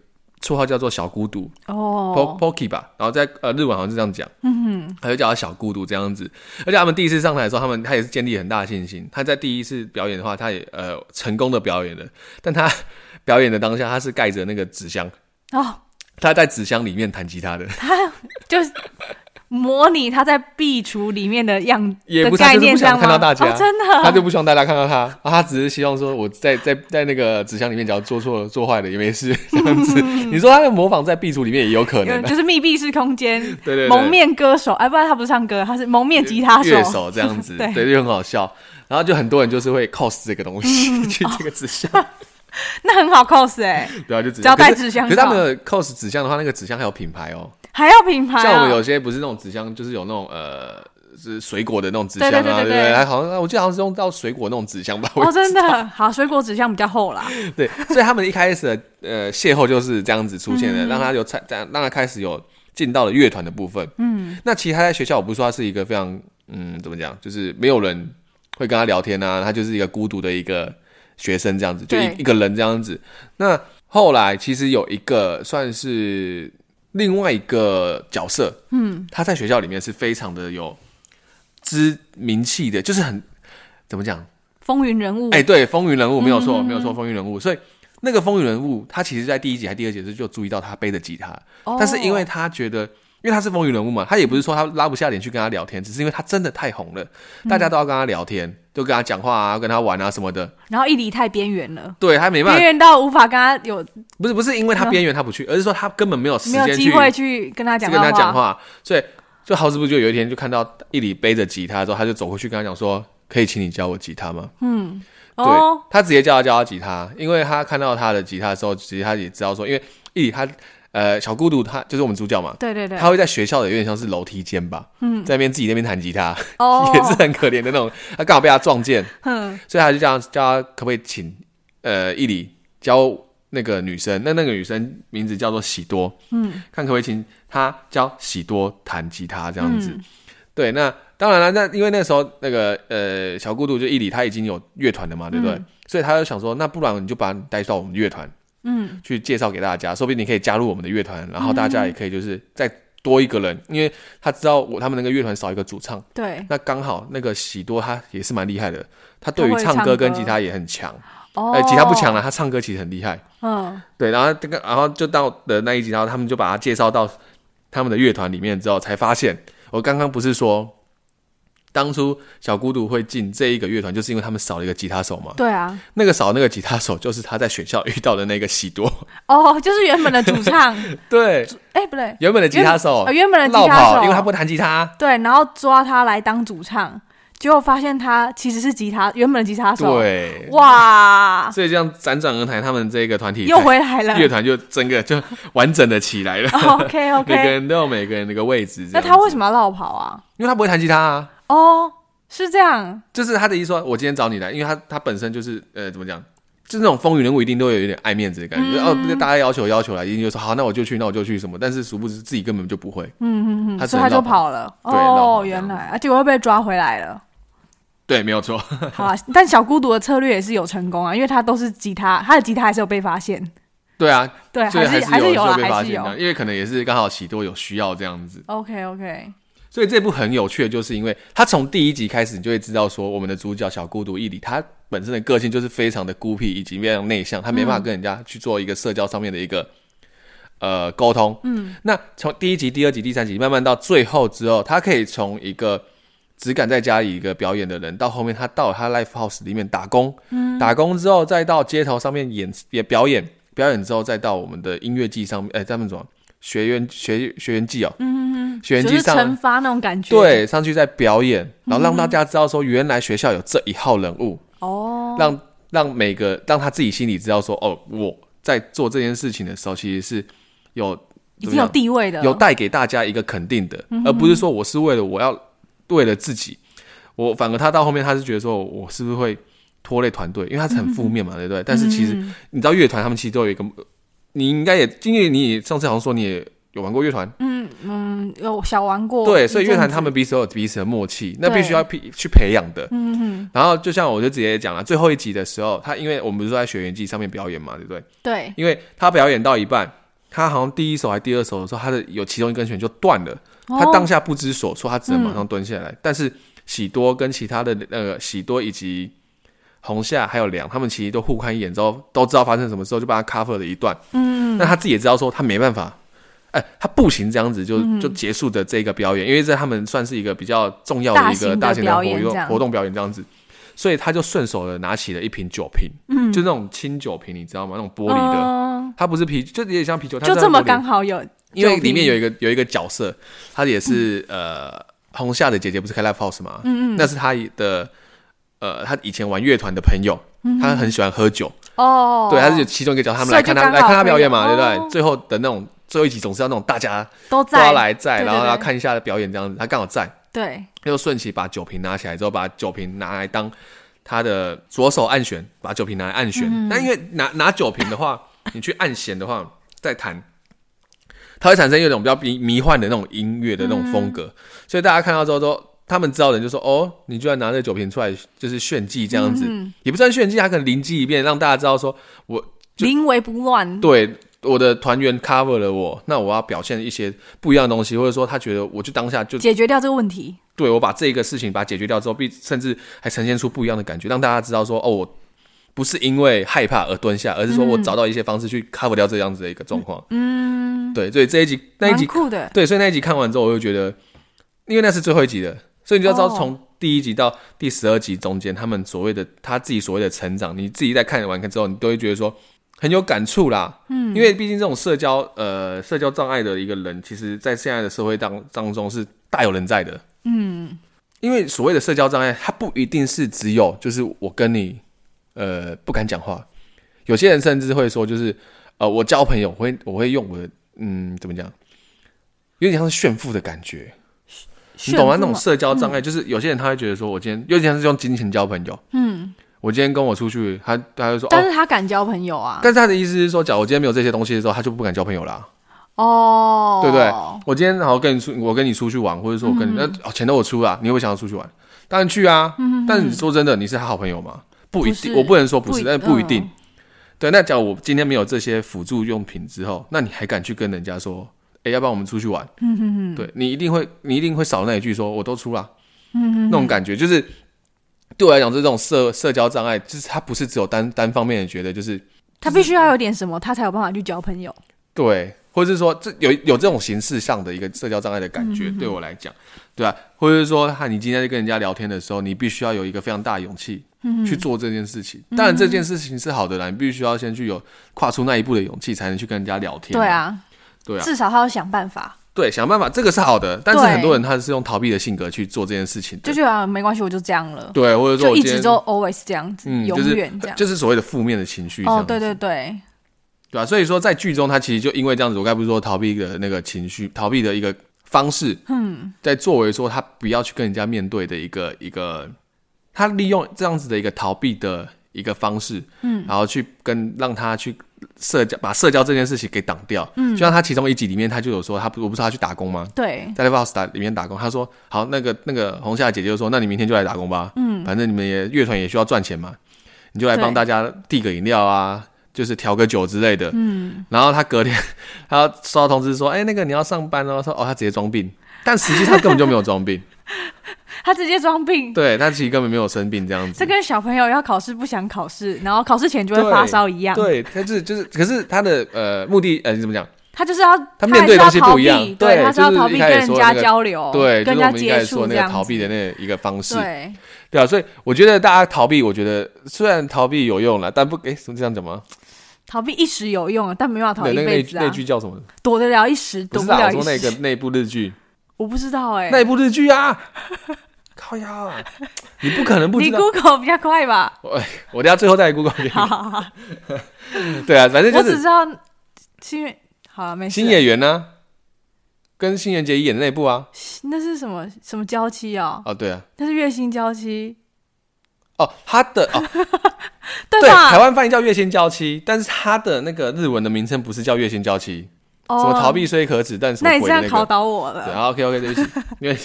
A: 绰号叫做小孤独。
B: 哦
A: Po，Pocky 吧，然后在呃日文好像是这样讲，嗯他就叫他小孤独这样子。而且他们第一次上台的时候，他们他也是建立很大的信心。他在第一次表演的话，他也呃成功的表演了，但他 表演的当下，他是盖着那个纸箱，
B: 哦，
A: 他在纸箱里面弹吉他的，
B: 就是模拟他在壁橱里面的样
A: 也
B: 的
A: 不是他
B: 概
A: 就是
B: 念，
A: 不
B: 这样
A: 想
B: 吗？
A: 看到大家，
B: 哦真
A: 他
B: 的，
A: 就不希望大家看到他，啊、他只是希望说我在在在那个纸箱里面，只要做错了做坏了也没事 这样子。你说他的模仿在壁橱里面也有可能、
B: 嗯有
A: 啊，
B: 就是密闭式空间，
A: 对对对，
B: 蒙面歌手，哎，不然他不是唱歌，他是蒙面吉他
A: 乐手这 样子，
B: 对
A: 对，就很好笑。然后就很多人就是会 cos 这个东西，
B: 嗯
A: 去这个指
B: 哦
A: 向，
B: 那很好 cos 哎，
A: 对啊，就指
B: 只要带
A: 可是
B: 指向
A: 可是他
B: 照
A: 们的 cos 指向的话，那个指向还有品牌哦。
B: 还要品牌啊，
A: 像我们有些不是那种指向，就是有那种呃是水果的那种指向啊，
B: 对对
A: 对
B: 对
A: 不
B: 对对
A: 对？还好像我记得好像是用到水果那种指向吧。我
B: 哦，真的好，水果指向比较厚啦，
A: 对，所以他们一开始的呃邂逅就是这样子出现的，让他有参，让让他开始有进到了乐团的部分。嗯，那其实他在学校，我不是说他是一个非常嗯怎么讲，就是没有人会跟他聊天啊，他就是一个孤独的一个学生这样子，就一
B: 对
A: 一个人这样子。那后来其实有一个算是另外一个角色，嗯，他在学校里面是非常的有知名气的，就是很怎么讲？
B: 风云人物，
A: 哎、对，风云人物没有
B: 嗯
A: 错，没有错，风云人物。所以那个风云人物，他其实在第一集还第二集的时候就注意到他背着吉他，
B: 哦
A: 但是因为他觉得，因为他是风云人物嘛，他也不是说他拉不下脸去跟他聊天，只是因为他真的太红了，大
B: 嗯
A: 家都要跟他聊天，就跟他讲话啊，跟他玩啊什么的。
B: 然后一离太边缘了，
A: 对他没办法，
B: 边缘到无法跟他有
A: 不是不是因为他边缘他不去，而是说他根本没有时
B: 没有
A: 间
B: 机
A: 去
B: 会去跟他
A: 去
B: 讲
A: 跟
B: 到
A: 他讲
B: 话，
A: 话，所以就好死不就有一天就看到伊里背着吉他之后，他就走过去跟他讲说：“可以请你教我吉他吗？”
B: 嗯，
A: 对
B: 哦，，
A: 他直接叫他教他吉他，因为他看到他的吉他的时候，其实他也知道说，因为伊里他呃小孤独他就是我们主角嘛，
B: 对对对，
A: 他会在学校的有点像是楼梯间吧，嗯，在那边自己那边弹吉他，，
B: 哦
A: 也是很可怜的那种。他刚好被他撞见，
B: 哼，
A: 所以他就叫他叫他可不可以请呃伊里教那个女生，那那个女生名字叫做喜多，
B: 嗯，
A: 看可不可以请她教喜多弹吉他这
B: 这
A: 样子。对，那当然了，那因为那时候那个呃小孤独就伊里他已经有乐团了嘛，对不对？
B: 嗯
A: 所以他就想说，那不然你就把你带到我们乐团
B: 嗯，
A: 去介绍给大家，说不定你可以加入我们的乐团，然后大家也可以就是再多一个人，因为他知道我他们那个乐团少一个主唱，
B: 对，
A: 那刚好那个喜多他也是蛮厉害的，他对于
B: 他会
A: 唱
B: 唱
A: 歌
B: 歌
A: 跟吉他也很强，
B: 哦，
A: 呃，吉他不强，了，他唱歌其实很厉害。
B: 嗯，
A: 对，然后这个，然后就到的那一集，然后他们就把他介绍到他们的乐团里面之后，才发现我刚刚不是说，当初小孤独会进这一个乐团，就是因为他们少了一个吉他手嘛。
B: 对啊，
A: 那个少那个吉他手，就是他在学校遇到的那个喜多。
B: 哦，就是原本的主唱，
A: 对，
B: 哎，不对，
A: 原本的吉他手
B: 呃，原本的
A: 落
B: 吉他
A: 哦跑，
B: 手，
A: 因为他不弹吉他。
B: 对，然后抓他来当主唱，结果发现他其实是吉他原本的吉他手，
A: 对，
B: 哇，
A: 所以这样辗转而来，他们这个团体
B: 又回来了哦
A: 乐团就整个就完整的起来了。
B: ，OK
A: 每个
B: OK，
A: 人都有每个人的一个位置。
B: 那他为
A: 什
B: 什么要绕跑啊？
A: 因为他不会弹吉他啊。
B: 哦，是这样，
A: 就是他的意思说，我今天找你来，因为他他本身就是呃怎么讲，就是那种风云人物一定都有一点爱面子的感
B: 嗯
A: 觉，就是哦不是大家要求要求来，一定就说好，那我就去，那我就去什么，但是殊不知自己根本就不 会，
B: 嗯嗯
A: 他
B: 嗯，
A: 只
B: 所以
A: 能
B: 他
A: 绕
B: 就
A: 跑
B: 跑了，
A: 对绕跑
B: 哦，
A: 这样
B: 原
A: 子
B: 来，啊，结果又被抓回来 了。
A: 对，没有错，
B: 好啊，但小孤独的策略也是有成功啊，因为他都是吉他，他的吉他还是有被发现，
A: 对啊，
B: 对，
A: 所以
B: 还是
A: 还
B: 是
A: 有
B: 有
A: 时候
B: 啦，
A: 被发
B: 还是
A: 现
B: 有
A: 的，。因为可能也是刚好喜多有需要这样子，
B: OK OK，
A: 所以这部很有趣的就是因为他从第一集开始，你就会知道说我们的主角小孤独伊里，他本身的个性就是非常的孤僻以及非常内向，他没
B: 嗯
A: 办法跟人家去做一个社交上面的一个。呃，沟通，
B: 嗯，
A: 那从第一集、第二集、第三集，慢慢到最后之后，他可以从一个只敢在家里一个表演的人，到后面他到他 live house 里面打工，嗯、打工之后再到街头上面演也表演，表演之后再到我们的音乐季上面，哎、他们怎么学员学学员季哦，
B: 嗯，
A: 学员
B: 就
A: 季
B: 是
A: 上
B: 惩罚那种感觉，，
A: 对上去再表演，
B: 嗯
A: 然后让大家知道说，原来学校有这一号人物，
B: 哦，
A: 让让每个让他自己心里知道说，哦，我在做这件事情的时候，其实是有
B: 已
A: 怎
B: 经
A: 么样
B: 有地位嗯的，
A: 有带给大家一个肯定的，而不是说我是为了我要为了自己，我反而他到后面他是觉得说我是不是会拖累团队，因为他是很负面嘛，对不对？但是其实
B: 嗯
A: 你知道乐团他们其实都有一个，你应该也因为你也上次好像说你也有玩过乐团，
B: 嗯嗯有小玩过一阵子，
A: 对，所以乐团他们彼此都有彼此的默契，那必须
B: 对
A: 要去去培养的。
B: 嗯，嗯嗯
A: 然后就像我就直接讲了，最后一集的时候，他因为我们不是说在学员季上面表演嘛，对不对？
B: 对，
A: 因为他表演到一半，他好像第一首还第二首的时候，他的有其中一根弦就断了。他
B: 哦
A: 当下不知所措，他只能马上蹲下来。但是喜多跟其他的那个喜多以及红夏还有梁，他们其实都互看一眼之后，都知道发生什么事后，就帮他 cover 了一段。
B: 嗯
A: 那他自己也知道说他没办法，哎、他不行这样子就、
B: 嗯
A: 就结束的这个表演，因为这他们算是一个比较重要的一个大
B: 大
A: 型
B: 型
A: 的
B: 的
A: 活
B: 表演这
A: 动
B: 样
A: 活动表演这样子。所以他就顺手的拿起了一瓶酒瓶，嗯，就那种清酒瓶，你知道吗？那种玻璃的，
B: 嗯
A: 它不是啤，就有点像啤酒，它
B: 就是这么
A: 玻璃的
B: 刚好有，
A: 因为
B: 酒
A: 里面
B: 瓶
A: 有一个有一个角色，她也是、呃红夏的姐姐，不是开 live house 吗？嗯嗯，那是她的呃，她以前玩乐团的朋友，她很喜欢喝酒，
B: 嗯哦，
A: 对，她是其中一个角色，他们
B: 所
A: 来
B: 以就
A: 看她
B: 刚好
A: 来看她表演嘛，对
B: 可以
A: 不对？
B: 哦
A: 最后的那种最后一集总是要那种大家
B: 都
A: 都要
B: 在
A: 来在，
B: 对
A: 然后
B: 对
A: 要
B: 对
A: 看一下的表演这样子，她刚好在，
B: 对，
A: 她就顺其把酒瓶拿起来之后，把酒瓶拿来当她的左手按弦，把酒瓶拿来按弦。
B: 嗯
A: 那、因为拿拿酒瓶的话，你去按弦的话，再弹。它会产生有一种比较迷迷幻的那种音乐的那种风
B: 嗯
A: 格，所以大家看到之后都，他们知道的人就说：“哦，你居然拿着酒瓶出来，就是炫技这样子，
B: 嗯
A: 也不算炫技，他可能灵机一变，让大家知道说我就
B: 临危不乱，
A: 对我的团员 cover 了我，那我要表现一些不一样的东西，或者说他觉得我就当下就
B: 解决掉这个问题。
A: 对我把这个事情把它解决掉之后，并甚至还呈现出不一样的感觉，让大家知道说哦，我不是因为害怕而蹲下，而是说我找到一些方式去 cover 掉这样子的一个状况。
B: 嗯，
A: 对，所以这一集那一
B: 蛮
A: 集
B: 酷的。
A: 对，所以那一集看完之后，我就觉得，因为那是最后一集的，所以你就要知道
B: 哦
A: 从第一集到第十二集中间，他们所谓的他自己所谓的成长，你自己在看完之后，你都会觉得说很有感触啦。嗯，因为毕竟这种社交呃社交障碍的一个人，其实在现在的社会当当中是大有人在的。
B: 嗯，
A: 因为所谓的社交障碍，它不一定是只有就是我跟你呃不敢讲话，有些人甚至会说就是呃我交朋友我会我会用我的嗯怎么讲，有点像是炫富的感觉，你懂吗？啊那
B: 炫富
A: 种
B: 嘛
A: 社交障碍、就是有些人他会觉得说我今天有点像是用金钱交朋友，
B: 嗯，
A: 我今天跟我出去，他他就说
B: 但
A: 哦，
B: 是他敢交朋友啊。
A: 但是他的意思是说，假如我今天没有这些东西的时候，他就不敢交朋友啦、
B: 哦，嗯
A: 对不对？我今天好好跟你出，我跟你出去玩，或者说我跟你，那、哦钱都我出啦，你会不会想要出去玩？当然去啊。但是你说真的，你是他好朋友吗？不一定，
B: 嗯不是
A: 我不能说不是，
B: 不一
A: 但不一定。
B: 嗯
A: 对，那假如我今天没有这些辅助用品之后，那你还敢去跟人家说，哎，要不然我们出去玩？
B: 嗯哼哼，
A: 对你一定会，你一定会少那一句说，我都出啦，
B: 嗯哼，
A: 那种感觉就是。对我来讲，这种社社交障碍，就是他不是只有单单方面的觉得，就是
B: 他必须要有点什么，他才有办法去交朋友。
A: 对，或者是说这有有这种形式上的一个社交障碍的感
B: 嗯
A: 觉，对我来讲，对吧、或者是说，哈，你今天在跟人家聊天的时候，你必须要有一个非常大的勇气去做这件事情。
B: 嗯
A: 当然，这件事情是好的啦，你必须要先去有跨出那一步的勇气，才能去跟人家聊天。
B: 对，啊，
A: 对啊，
B: 至少他要想办法，
A: 对，想办法，这个是好的。但是
B: 对
A: 很多人他是用逃避的性格去做这件事情的，
B: 就是啊，没关系，我就这样了，
A: 对，或者说
B: 就
A: 我
B: 一
A: 今
B: 直
A: 天
B: 都 always 这样子，
A: 嗯，
B: 永
A: 就是
B: 远这样。
A: 就是所谓的负面的情绪。
B: 哦，对对对，
A: 对啊，所以说在剧中，他其实就因为这样子，我刚才不是说逃避的那个情绪，逃避的一个方式，嗯，在作为说他不要去跟人家面对的一个一个，他利用这样子的一个逃避的一个方式，嗯，然后去跟让他去社交，把社交这件事情给挡掉，嗯，就像他其中一集里面，他就有说，他不我不是说他去打工吗？
B: 对，
A: 在 Live House 打里面打工，他说好，那个那个红夏姐姐就说，那你明天就来打工吧，嗯，反正你们也乐团也需要赚钱嘛，你就来帮
B: 对
A: 大家递个饮料啊，就是调个酒之类的，
B: 嗯，
A: 然后他隔天 他收到通知说，哎、那个你要上班哦，说哦他直接装病，但实际上根本就没有装 病，
B: 他直接装病，
A: 对他其实根本没有生病这样子
B: 这。跟小朋友要考试不想考试，然后考试前就会
A: 对
B: 发烧一样。
A: 对，他就是就是，可是他的呃目的呃你怎么讲？
B: 他就是要
A: 他
B: 还
A: 面对
B: 是要
A: 东西
B: 逃
A: 不一样
B: 避
A: 对
B: 对，他是要
A: 就是
B: 逃
A: 一
B: 避
A: 开
B: 跟
A: 始
B: 人
A: 说
B: 家
A: 那个
B: 交流，
A: 对，就是
B: 哦跟人
A: 我
B: 家
A: 们一开
B: 接
A: 始
B: 触
A: 说
B: 这
A: 那个
B: 样
A: 逃避
B: 子。
A: 的那一个方式。
B: 对，
A: 对啊，所以我觉得大家逃避，我觉得虽然逃避有用了，但不诶，什么这样讲吗？
B: 逃避一时有用，但没办法逃
A: 对，
B: 避
A: 那个
B: 一辈
A: 那
B: 子啊
A: 那！句叫什么？
B: 躲得了一时，
A: 不
B: 躲
A: 是
B: 不
A: 啊，我
B: 了一
A: 说那个
B: 世。
A: 那部日剧，
B: 我不知道哎，
A: 那部日剧啊，靠呀，你不可能不知
B: 你
A: 道。
B: Google 比较 快吧？
A: 我等下最后再来 Google 给你。
B: 好好好，
A: 对啊，反正就
B: 我只
A: 是
B: 知道新月，好啊没事。
A: 新演员呢、跟新垣结衣演的那部啊。
B: 那是什么什么娇妻哦？
A: 哦，对啊，
B: 那是月薪娇妻，
A: 哦，他的哦，
B: 对
A: 对，台
B: 吧？
A: 湾翻译叫月薪娇妻，但是他的那个日文的名称不是叫月薪娇妻，
B: 哦
A: 什么逃避虽可耻，但什么
B: 那你
A: 鬼
B: 这
A: 的
B: 样
A: 那
B: 考
A: 个。
B: 倒我
A: 对
B: 了。
A: 啊，OK OK，对不起， 因为。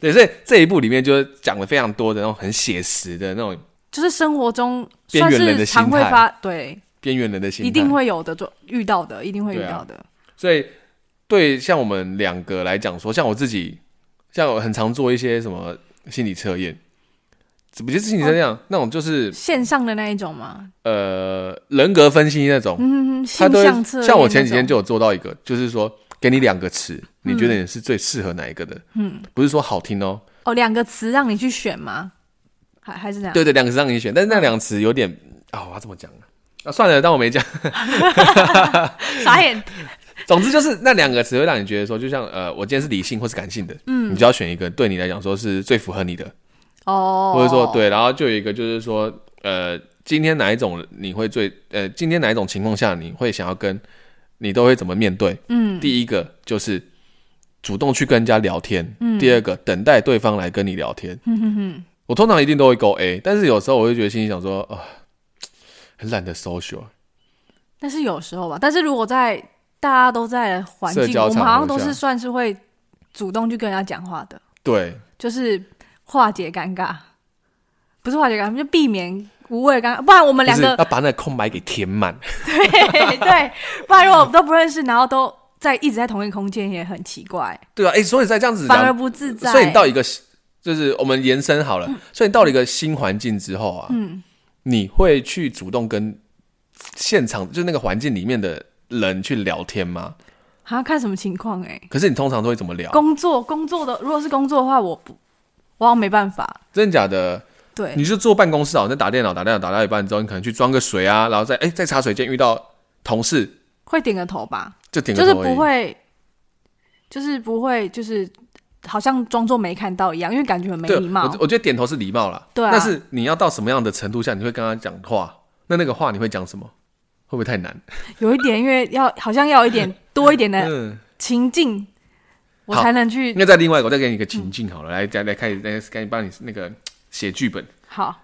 A: 对，所以这一部里面就是讲了非常多的那种很写实的那种
B: 就是生活中
A: 边
B: 算
A: 缘人的
B: 是
A: 心态
B: 常会发，对，
A: 边缘人的心态，
B: 一定会有的，就遇到的，一定会遇
A: 对啊
B: 到的。
A: 所以对像我们两个来讲说，像我自己，像我很常做一些什么心理测验，怎么就是心理测验、
B: 哦
A: 那种就是
B: 线上的那一种嘛，
A: 呃人格分析那种，
B: 嗯，
A: 他
B: 性
A: 都
B: 相
A: 会
B: 册。
A: 像我前几天，就有做到一个，就是说给你两个词，你觉得你是最适合哪一个的？
B: 嗯，
A: 不是说好听哦，
B: 哦，两个词让你去选吗？还还是这样？
A: 对对，两个词让你选，但是那两个词有点啊、我要怎么讲啊？啊，算了，当我没讲。
B: 傻 眼。
A: 总之就是那两个词会让你觉得说，就像呃，我今天是理性或是感性的，嗯，你就要选一个对你来讲说是最符合你的，
B: 哦，
A: 或者说，对，然后就有一个就是说，呃，今天哪一种你会最呃，今天哪一种情况下你会想要跟你都会怎么面对？
B: 嗯，
A: 第一个就是主动去跟人家聊天，第二个等待对方来跟你聊天。
B: 嗯哼哼哼，
A: 我通常一定都会勾 A，但是有时候我会觉得心里想说，啊、很懒得 social，
B: 但是有时候吧，但是如果在大家都在的环
A: 社
B: 境，
A: 交
B: 我
A: 场合
B: 们好像都
A: 下
B: 是算是会主动去跟人家讲话的，
A: 对
B: 就是化解尴尬，不是化解尴尬，就避免无畏刚，不然我们
A: 就
B: 两
A: 是
B: 个
A: 要把那个空白给填满。
B: 对 对，不然如果都不认识，然后都在一直在同一个空间，也很奇怪，
A: 对啊，哎、所以在这样子
B: 反而
A: 讲，
B: 不自在。嗯
A: 所以你到一个就是我们延伸好了，所以你到了一个新环境之后啊，嗯，你会去主动跟现场就是那个环境里面的人去聊天吗？
B: 好像看什么情况哎、
A: 可是你通常都会怎么聊？
B: 工作工作的，如果是工作的话，我不，我好像没办法。
A: 真的假的？
B: 对，
A: 你就坐办公室啊，你在打电脑，打电脑打到一半之后，你可能去装个水啊，然后再哎、在茶水间遇到同事
B: 会点个头吧，
A: 就点个
B: 就是
A: 头而已
B: 不会，就是不会，就是好像装作没看到一样，因为感觉很没
A: 对，
B: 礼貌
A: 我。我觉得点头是礼貌啦，
B: 对啊
A: 但是你要到什么样的程度下，你会跟他讲话？那那个话你会讲什么？会不会太难？
B: 有一点，因为要好像要有一点多一 点的
A: 嗯，
B: 情境，我
A: 好
B: 才能去
A: 那在另外一个，我再给你一个情境好了，来来来开始，来赶紧帮你那个写剧本。
B: 好。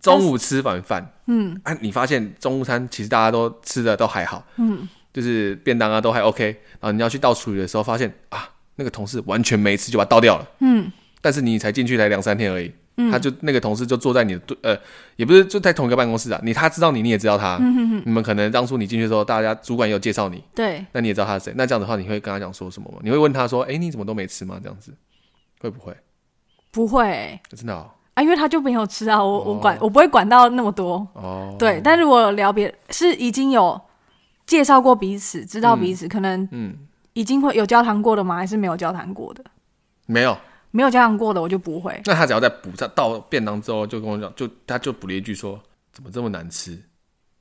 A: 中午吃完饭，
B: 嗯，
A: 啊，你发现中午餐其实大家都吃的都还好，
B: 嗯，
A: 就是便当啊都还 OK，然后你要去倒处理的时候，发现啊，那个同事完全没吃就把它倒掉了，
B: 嗯，
A: 但是你才进去才两三天而已，他就那个同事就坐在你的对呃，也不是就在同一个办公室啊，你他知道你，你也知道他，
B: 嗯
A: 你们可能当初你进去的时候，大家主管也有介绍你，
B: 对，
A: 那你也知道他是谁，那这样的话你会跟他讲说什么吗？你会问他说，哎、你怎么都没吃吗？这样子会不会？
B: 不会、
A: 真的哦，
B: 啊，因为他就没有吃啊，我、我
A: 哦
B: 管我不会管到那么多。
A: 哦
B: 对，但如果聊别是已经有介绍过彼此，知道彼此，可能
A: 嗯，
B: 已经会有交谈过的吗？还是没有交谈过的？
A: 没有。
B: 没有交谈过的我就不会。
A: 那他只要在补上到便当之后，就跟我讲，就他就补了一句说：“怎么这么难吃？”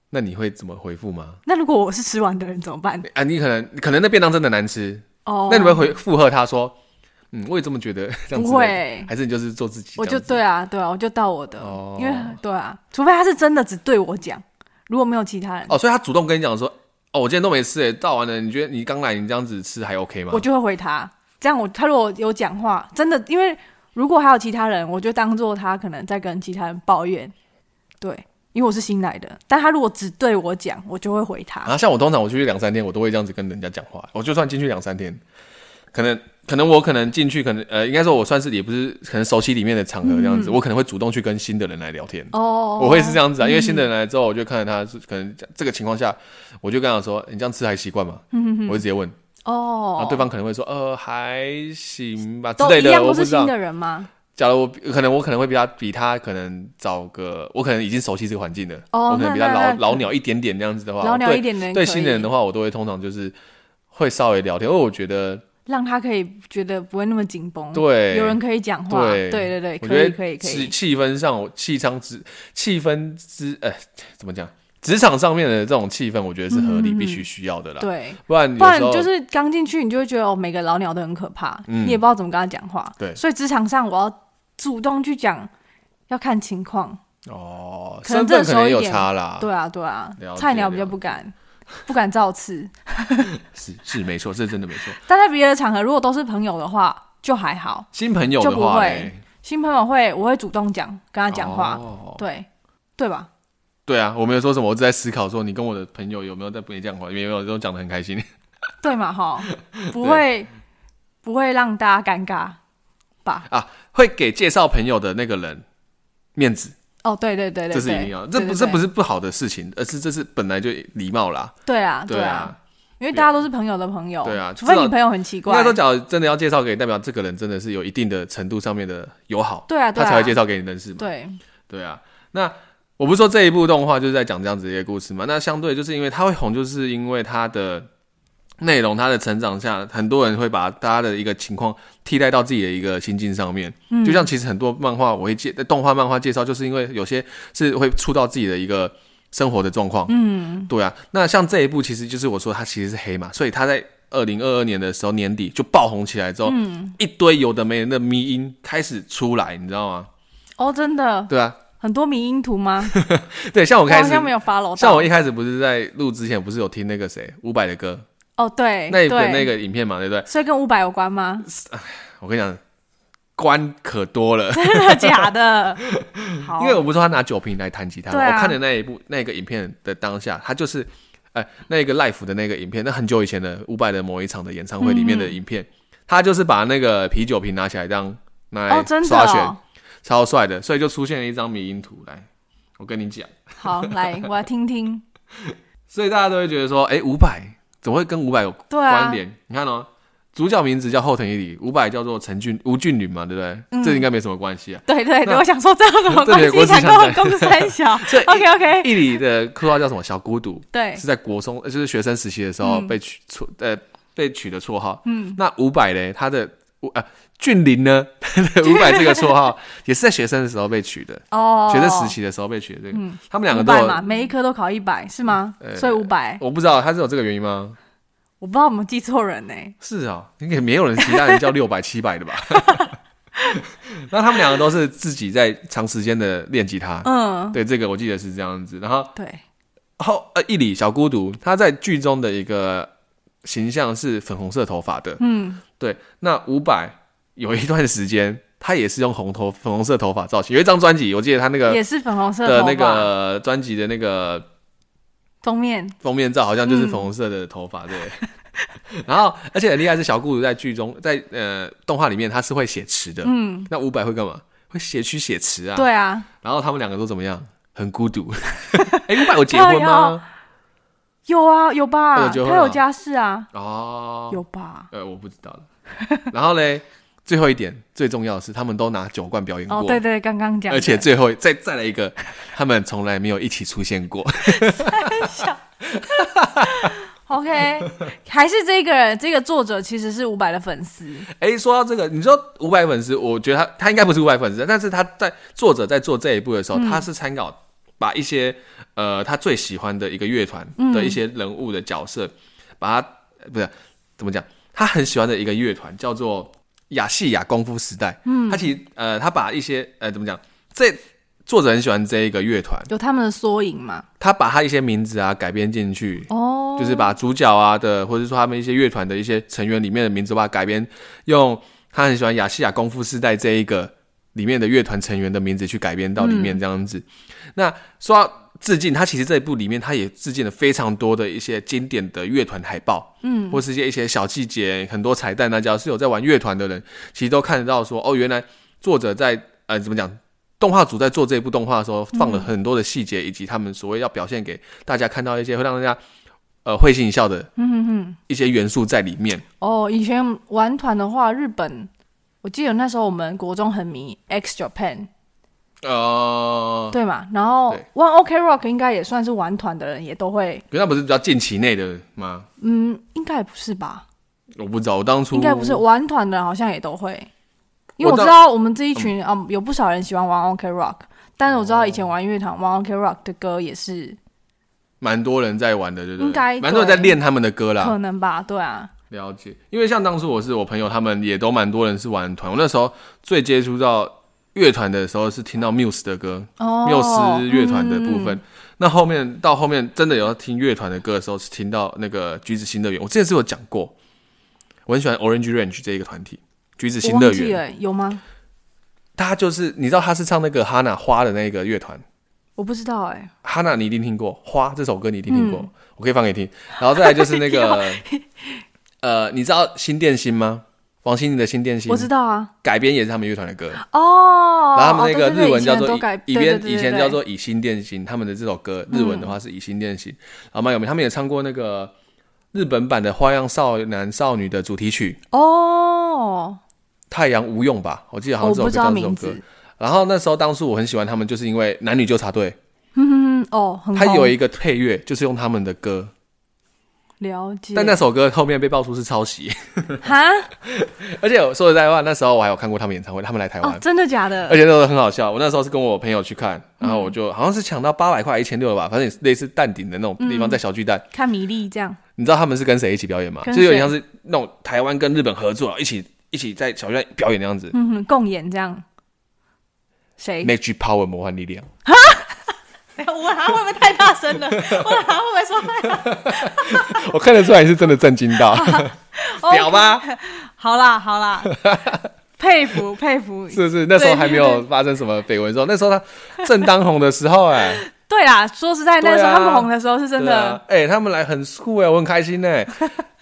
A: 那你会怎么回复吗？
B: 那如果我是吃完的人怎 么办？
A: 啊，你可能可能那便当真的难吃，
B: 哦，
A: 那你会回附和他说：“嗯，我也这么觉得。” 这样子
B: 不会
A: 还是你就是做自己？
B: 我
A: 这
B: 就
A: 样子
B: 对啊，对啊，我就到我的，
A: 哦
B: 因为对啊，除非他是真的只对我讲，如果没有其他人，
A: 哦，所以他主动跟你讲说：“哦，我今天都没吃诶，到完了，你觉得你刚来你这样子吃还 OK 吗
B: 我就会回他。这样我他如果有讲话，真的，因为如果还有其他人，我就当做他可能在跟其他人抱怨，对，因为我是新来的。但他如果只对我讲，我就会回他。？”
A: 啊，像我通常我出去两三天，我都会这样子跟人家讲话。我就算进去两三天，可能可能我可能进去，可能呃，应该说我算是也不是可能熟悉里面的场合这样子，我可能会主动去跟新的人来聊天。
B: 嗯哦，
A: 我会是这样子啊，因为新的人来之后，我就看着他，是可能这个情况下，我就跟他说：“你这样吃还习惯吗？”我就直接问，然
B: 嗯哦
A: 后，对方可能会说：“呃，还行吧之
B: 都
A: 类
B: 一
A: 的。”
B: 样
A: 我
B: 都
A: 不
B: 是
A: 知
B: 新
A: 道。
B: 的人吗？
A: 假如我可能我可能会比他比他可能找个，我可能已经熟悉这个环境了，
B: 哦
A: 我可能比
B: 那
A: 他
B: 那
A: 老
B: 那
A: 老鸟一点点这样子的话，
B: 老鸟
A: 对
B: 一点点
A: 对
B: 可以
A: 新人的话，我都会通常就是会稍微聊天，因为我觉得
B: 让他可以觉得不会那么紧绷，，
A: 对
B: 哦有人可以讲话，
A: 对
B: 对对对，
A: 我
B: 可
A: 觉
B: 以
A: 得
B: 可以可
A: 气
B: 以，
A: 气氛上，我气场之气氛之，呃，怎么讲？职场上面的这种气氛，我觉得是合理、
B: 嗯嗯嗯
A: 必须需要的啦。
B: 对。
A: 不然有
B: 不然
A: 时候
B: 就是刚进去，你就会觉得哦，每个老鸟都很可怕，
A: 嗯
B: 你也不知道怎么跟他讲话。
A: 对
B: 所以职场上我要主动去讲，要看情况。
A: 哦，
B: 可能
A: 身
B: 这
A: 份
B: 个
A: 可
B: 时候
A: 能也
B: 一
A: 有
B: 点
A: 差啦。
B: 对啊，对啊
A: 了，解
B: 菜鸟比较不敢，不敢造次。
A: 是是没错，这真的没错。
B: 但在别的场合，如果都是朋友的话，就还好。
A: 新朋友
B: 就
A: 的
B: 不
A: 话
B: 会
A: 嘞，
B: 新朋友会，我会主动讲，跟他讲话，
A: 哦
B: 对，对吧？
A: 对啊，我没有说什么，我只在思考说，你跟我的朋友有没有在不你讲话，没有都讲的很开心。
B: 对嘛，哈，不会，不会让大家尴尬吧？
A: 会给介绍朋友的那个人面子，
B: 哦，对对对对，
A: 这是一定
B: 对
A: 要，这不这不，是不好的事情，而是这是本来就礼貌啦。
B: 对对啊，
A: 对
B: 对啊
A: 啊，，
B: 因为大家都是朋友的朋友，
A: 对啊
B: 除非
A: 至
B: 你
A: 少
B: 朋友很奇
A: 应该
B: 怪
A: 说，，假如真的要介绍给你，代表这个人真的是有一定的程度上面的友好，
B: 对啊，对
A: 他
B: 啊，
A: 才会介绍给你认识嘛。
B: 对，
A: 对啊，那我不是说这一部动画就是在讲这样子的一个故事嘛？那相对就是因为它会红，就是因为它的内容、它的成长下，很多人会把他的一个情况替代到自己的一个心境上面。
B: 嗯
A: 就像其实很多漫画我会介动画、漫画介绍，就是因为有些是会触到自己的一个生活的状况。
B: 嗯，
A: 对啊，那像这一部其实就是我说它其实是黑嘛，所以它在二零二二年的时候年底就爆红起来之后，
B: 嗯
A: 一堆有的没人的迷音开始出来，你知道吗？
B: 哦，真的
A: 对啊，
B: 很多迷因图吗？
A: 对， 像我
B: 我
A: 开
B: 好
A: 始
B: 像没有 follow 到，
A: 像我一开始不是在录之前，不是有听那个谁伍佰的歌，
B: 哦，对，
A: 那一个
B: 对
A: 那，个影片嘛，对不对？
B: 所以跟五百有 关吗？
A: 我跟你讲，关可多了，
B: 真的 假的？好，
A: 因为我不是说他拿酒瓶来弹吉他嘛，
B: 对啊
A: 我看的那一部那个影片的当下，他就是，哎、那个 live 的那个影片，那很久以前的伍佰的某一场的演唱会里面的
B: 嗯
A: 影片，他就是把那个啤酒瓶拿起来这样拿
B: 哦，
A: 来
B: 真的
A: 刷选，
B: 哦，
A: 超帅的，所以就出现了一张迷因图来。我跟你讲，
B: 好， 来，我要听听。
A: 所以大家都会觉得说，哎、五百怎么会跟五百有
B: 对
A: 关
B: 啊，
A: 联？你看哦，主角名字叫后藤一里，五百叫做陈俊吴俊霖嘛，对不对？
B: 嗯
A: 这应该没什么关系啊。
B: 对对对，
A: 那
B: 我想说这有什么
A: 对
B: 关
A: 对我
B: 系？
A: 只
B: 想跟我
A: 想
B: 公三小
A: 所以
B: ？OK OK，
A: 一里的绰号叫什么？小孤独，
B: 对，
A: 是在国中，呃就是学生时期的时候
B: 嗯
A: 被取绰、呃被取的绰号。
B: 嗯，
A: 那五百嘞，他的五呃俊霖呢， 他的五百这个绰号也是在学生的时候被取的，
B: 哦，
A: 学生时期的时候被取的这个。
B: 嗯
A: 他们两个
B: 五
A: 都
B: 百
A: 有
B: 嘛，每一科都考一百是吗
A: 呃？
B: 所以五百，
A: 我不知道他是有这个原因吗？
B: 我不知道我们记错人呢。
A: 是啊、应该没有人其他人 叫六百七百的吧？ 那他们两个都是自己在长时间的练吉他，
B: 嗯，
A: 对这个我记得是这样子。然后
B: 对，
A: 后呃，一里小孤独他在剧中的一个形象是粉红色头发的，
B: 嗯，
A: 对。那伍佰有一段时间他也是用红头粉红色头发造型，有一张专辑我记得他那个
B: 也是粉红色
A: 的
B: 头
A: 那
B: 发
A: 个专辑的那个
B: 封面，
A: 封面照好像就是粉
B: 嗯
A: 红色的头发，对。 然后，而且很厉害是小孤独在剧中，在呃动画里面他是会写词的。
B: 嗯，
A: 那伍佰会干嘛？会写曲写词啊。。
B: 对啊，
A: 然后他们两个都怎么样？很孤 独。哎、伍佰有结婚吗？
B: 有啊，有
A: 他
B: 吧？
A: 有结婚
B: 他有
A: 啊
B: 家室啊，
A: 哦，
B: 有吧？
A: 呃，我不知道了。然后嘞，最后一点最重要的是，他们都拿酒罐表演过。
B: 哦，对对，刚刚讲的，
A: 而且最后再再来一个，他们从来没有一起出现过。
B: OK，还是这个人，这个作者其实是伍佰的粉丝，
A: 哎、说到这个，你说五百粉丝，我觉得他他应该不是五百粉丝，但是他在作者在做这一步的时候，他是参考把一些呃他最喜欢的一个乐团的一些人物的角色，把他呃不是怎么讲，他很喜欢的一个乐团叫做亚细亚功夫时代。嗯，他其实呃他把一些呃怎么讲，这作者很喜欢这一个乐团，
B: 有他们的缩影嘛？
A: 他把他一些名字啊改编进去，
B: 哦，
A: 就是把主角啊的，或者说他们一些乐团的一些成员里面的名字，把它改编用他很喜欢亚细亚功夫世代这一个里面的乐团成员的名字去改编到里面这样子。那说到致敬，他其实这一部里面他也致敬了非常多的一些经典的乐团海报，
B: 嗯，
A: 或是一些一些小细节，很多彩蛋。大家是有在玩乐团的人，其实都看得到说，哦，原来作者在呃怎么讲？动画组在做这一部动画的时候，放了很多的细节，以及他们所谓要表现给大家看到一些会让大家呃会心一笑的
B: 嗯哼哼，
A: 一些元素在里面。
B: 哦，以前玩团的话，日本，我记得那时候我们国中很迷 X Japan，
A: 呃，
B: 对嘛？然后
A: 对
B: One OK Rock 应该也算是玩团的人，也都会，
A: 可是那不是比较近期内的吗？
B: 嗯，应该也不是吧？
A: 我不知道，我当初
B: 应该不是玩团的人，好像也都会，因
A: 我
B: 为我
A: 知
B: 知
A: 道
B: 道我们这一群啊、嗯有不少人喜欢玩 OK Rock，但是我知道以前玩乐团、玩 OK Rock 的歌也是
A: 蛮多人在玩的，对不对？
B: 应该
A: 蛮多人在练他们的歌啦。
B: 可能
A: 哦
B: 吧，对啊，
A: 了解，因为像当初我是我朋友，他们也都蛮多人是玩团。我那时候最接触到乐团的时候是听到 Muse 的歌，
B: 哦，
A: 缪斯乐团的部分。
B: 嗯
A: 那后面到后面真的有要听乐团的歌的时候，是听到那个橘子新乐园。我之前是有讲过，我很喜欢 Orange Range 这一个团体，橘子
B: 我
A: 新乐
B: 忘记
A: 园。
B: 了有吗？
A: 他就是你知道他是唱那个哈娜花的那个乐团，
B: 我不知道哎、
A: 哈娜你一定听过，花这首歌你一定听
B: 嗯
A: 过，我可以放给你听。然后再来就是那 个呃，你知道新电心吗？王心凌的新电心
B: 我，知道啊，
A: 改编也是他们乐团的歌。
B: 哦，
A: 然后他们那
B: 哦
A: 个
B: 对对对
A: 日文
B: 以
A: 叫
B: 前
A: 做
B: 都
A: 以
B: 改
A: 以
B: 对对
A: 前
B: 对
A: 以
B: 对
A: 前
B: 对嗯
A: 叫做以心电心，他们的这首歌日文的话是以心电心，然后蛮有名。他们也唱过那个日本版的《花样少男少女》的主题曲
B: 哦，
A: 《太阳无用》吧，我记得好
B: 我
A: 像这首
B: 不
A: 歌
B: 知道
A: 叫这首
B: 名
A: 歌
B: 字。，
A: 然后那时候当初我很喜欢他们，就是因为男女纠察队，
B: 嗯，哦，很
A: 他有
B: 红
A: 一个配乐就是用他们的歌，
B: 了解，
A: 但那首歌后面被爆出是抄袭，
B: 哈
A: 而且我说实在话，那时候我还有看过他们演唱会，他们来台湾呃
B: 哦，。真的假的
A: 而？且那时候很好笑，我那时候是跟我朋友去看，
B: 嗯
A: 然后我就好像是抢到八百块、一千六吧，反正也是类似蛋顶的那种地
B: 嗯
A: 方，在小巨蛋。
B: 看米粒这样，
A: 你知道他们是跟谁一起表演吗？就
B: 跟
A: 是有点
B: 谁
A: 像是那种台湾跟日本合作，一起一起在小巨蛋表演那样子。
B: 嗯哼，共演这样，谁？
A: Magic Power 魔幻力量，
B: 等一下我喊会不会太大声了？我喊会不会说太大
A: 我看得出来你是真的震惊 到，
B: 哦
A: 屌吧？
B: 好啦 好啦，佩服佩服。
A: 是不是？那时候
B: 对
A: 还没有发生什么绯闻，之后那时候他正当红的时候、哎，
B: 对啦，说实在，
A: 对啊
B: 那时候他们红的时候是真
A: 对
B: 的
A: 啊，哎、他们来很酷哎、我很开心 哎、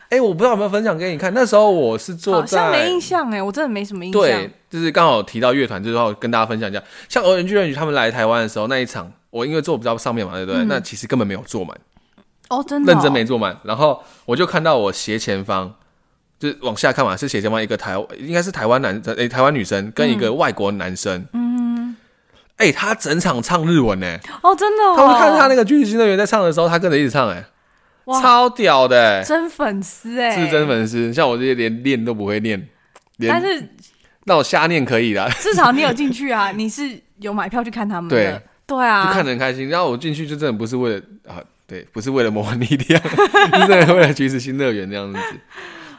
A: 哎、我不知道有没有分享给你看，那时候我是坐
B: 好
A: 在
B: 像没印象哎，我真的没什么印象
A: 对。，就是刚好提到乐团，就是要跟大家分享一下，像 Orange Range 他们来台湾的时候那一场，我因为坐不到上面嘛，对不对？
B: 嗯
A: 那其实根本没有坐满，
B: 哦，真的、哦，
A: 认真没坐满。然后我就看到我斜前方，就是往下看嘛，是斜前方一个台，应该是台湾男生，诶、台湾女生跟一个外国男生。嗯。哎、他整场唱日文呢、欸
B: 哦，真的、哦，
A: 他们看他那个《军事新乐园》在唱的时候，他跟着一起唱、哎，
B: 哇，
A: 超屌的、哎
B: 真粉丝哎、
A: 是真，粉丝。像我这些连练都不会练，
B: 但
A: 连
B: 是
A: 那我瞎念可以的，
B: 至少你有进去啊， 你是有买票去看他们的，对 啊，
A: 就看得很开心。然后我进去就真的不是为了啊，对，不是为了模拟力量， 是真的为了橘子新乐园那样子。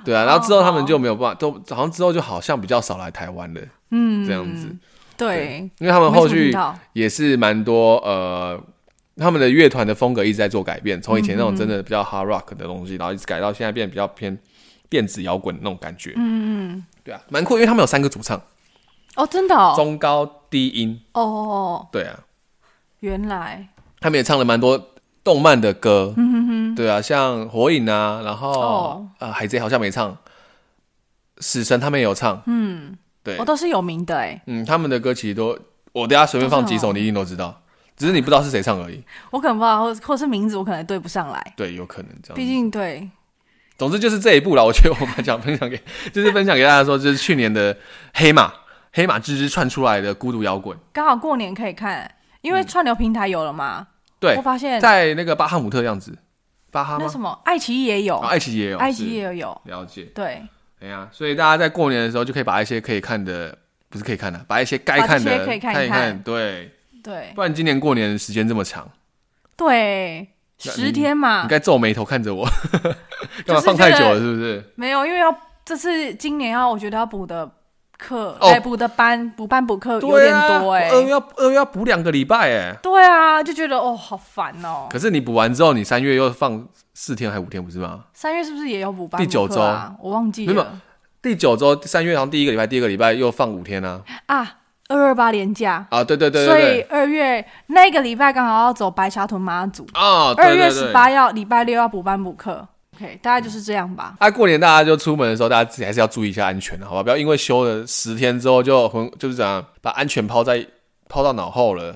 A: 对啊，然后之后他们就没有办法，都好像之后就好像比较少来台湾了，
B: 嗯
A: 这样子，
B: 对，
A: 因为他们后
B: 没什么听
A: 续
B: 到
A: 也是蛮多呃，他们的乐团的风格一直在做改变，从以前那种
B: 嗯
A: 真的比较 hard rock 的东西，然后一直改到现在变得比较偏电子摇滚那种感觉。
B: 嗯嗯，
A: 对啊，蛮酷，因为他们有三个主唱，
B: 哦，真的哦，
A: 中高低音。
B: 哦哦，
A: 对啊，
B: 原来，
A: 他们也唱了蛮多动漫的歌，对啊，像火影啊，然后、
B: 嗯哦
A: 呃海贼好像没唱，死神他们也有唱，
B: 嗯，
A: 对
B: 我、，都是有名的哎，
A: 嗯，他们的歌其实都，我等一下随便放几
B: 都是
A: 首，
B: 哦
A: 你一定都知道，只是你不知道是谁唱而已，
B: 我可能不知道，或或是名字我可能对不上来，
A: 对，有可能这
B: 毕
A: 样。
B: 竟对，
A: 总之就是这一部啦，我觉得我蛮想分享给， 就是分享给大家说，就是去年的黑马黑马之之窜出来的孤独摇滚，
B: 刚好过年可以看，因为串流平台有了嘛，
A: 嗯对
B: 我，发现
A: 在那个巴哈姆特样子，巴哈
B: 哦那
A: 吗
B: 什？么爱奇艺也有，
A: 哦爱奇艺也有，
B: 爱奇艺
A: 是
B: 也有有，
A: 了解。
B: 对，
A: 哎呀、所以大家在过年的时候就可以把一些可以看的，不是可以看的，把一些该看
B: 把这
A: 的
B: 些可以看一
A: 看一
B: 看
A: 对，
B: 对
A: 不然今年过年时间这么长，
B: 对，
A: 那
B: 十
A: 你
B: 天嘛
A: 你，该皱眉头看着我， 干嘛
B: 啊就是
A: 放太久
B: 这个
A: 了？是不是？
B: 没有，因为要这次今年要我觉得要补的课，
A: 哦
B: 哎、补的班补班补课有
A: 对
B: 点
A: 啊，
B: 多哎、
A: 我二月要二月要补两个礼拜哎。
B: 对啊，就觉得哦好烦哦。
A: 可是你补完之后，你三月又放四天还五天，不是吗？
B: 三月是不是也有补班、
A: 第九周
B: 啊，我忘记
A: 没有
B: 了
A: 第九周三月好像第一个礼拜、第二个礼拜又放五天啊！
B: 啊，二二八连假，
A: 啊，对对对对
B: 所以
A: 对，
B: 二月那个礼拜刚好要走白沙屯妈祖，
A: 啊，对
B: 二月
A: 对对
B: 十八要礼拜六要补班补课。OK，大概就是这样吧。
A: 啊，过年大家就出门的时候，大家自己还是要注意一下安全，好吧？不要因为休了十天之后就很就是怎样把安全抛在抛到脑后了。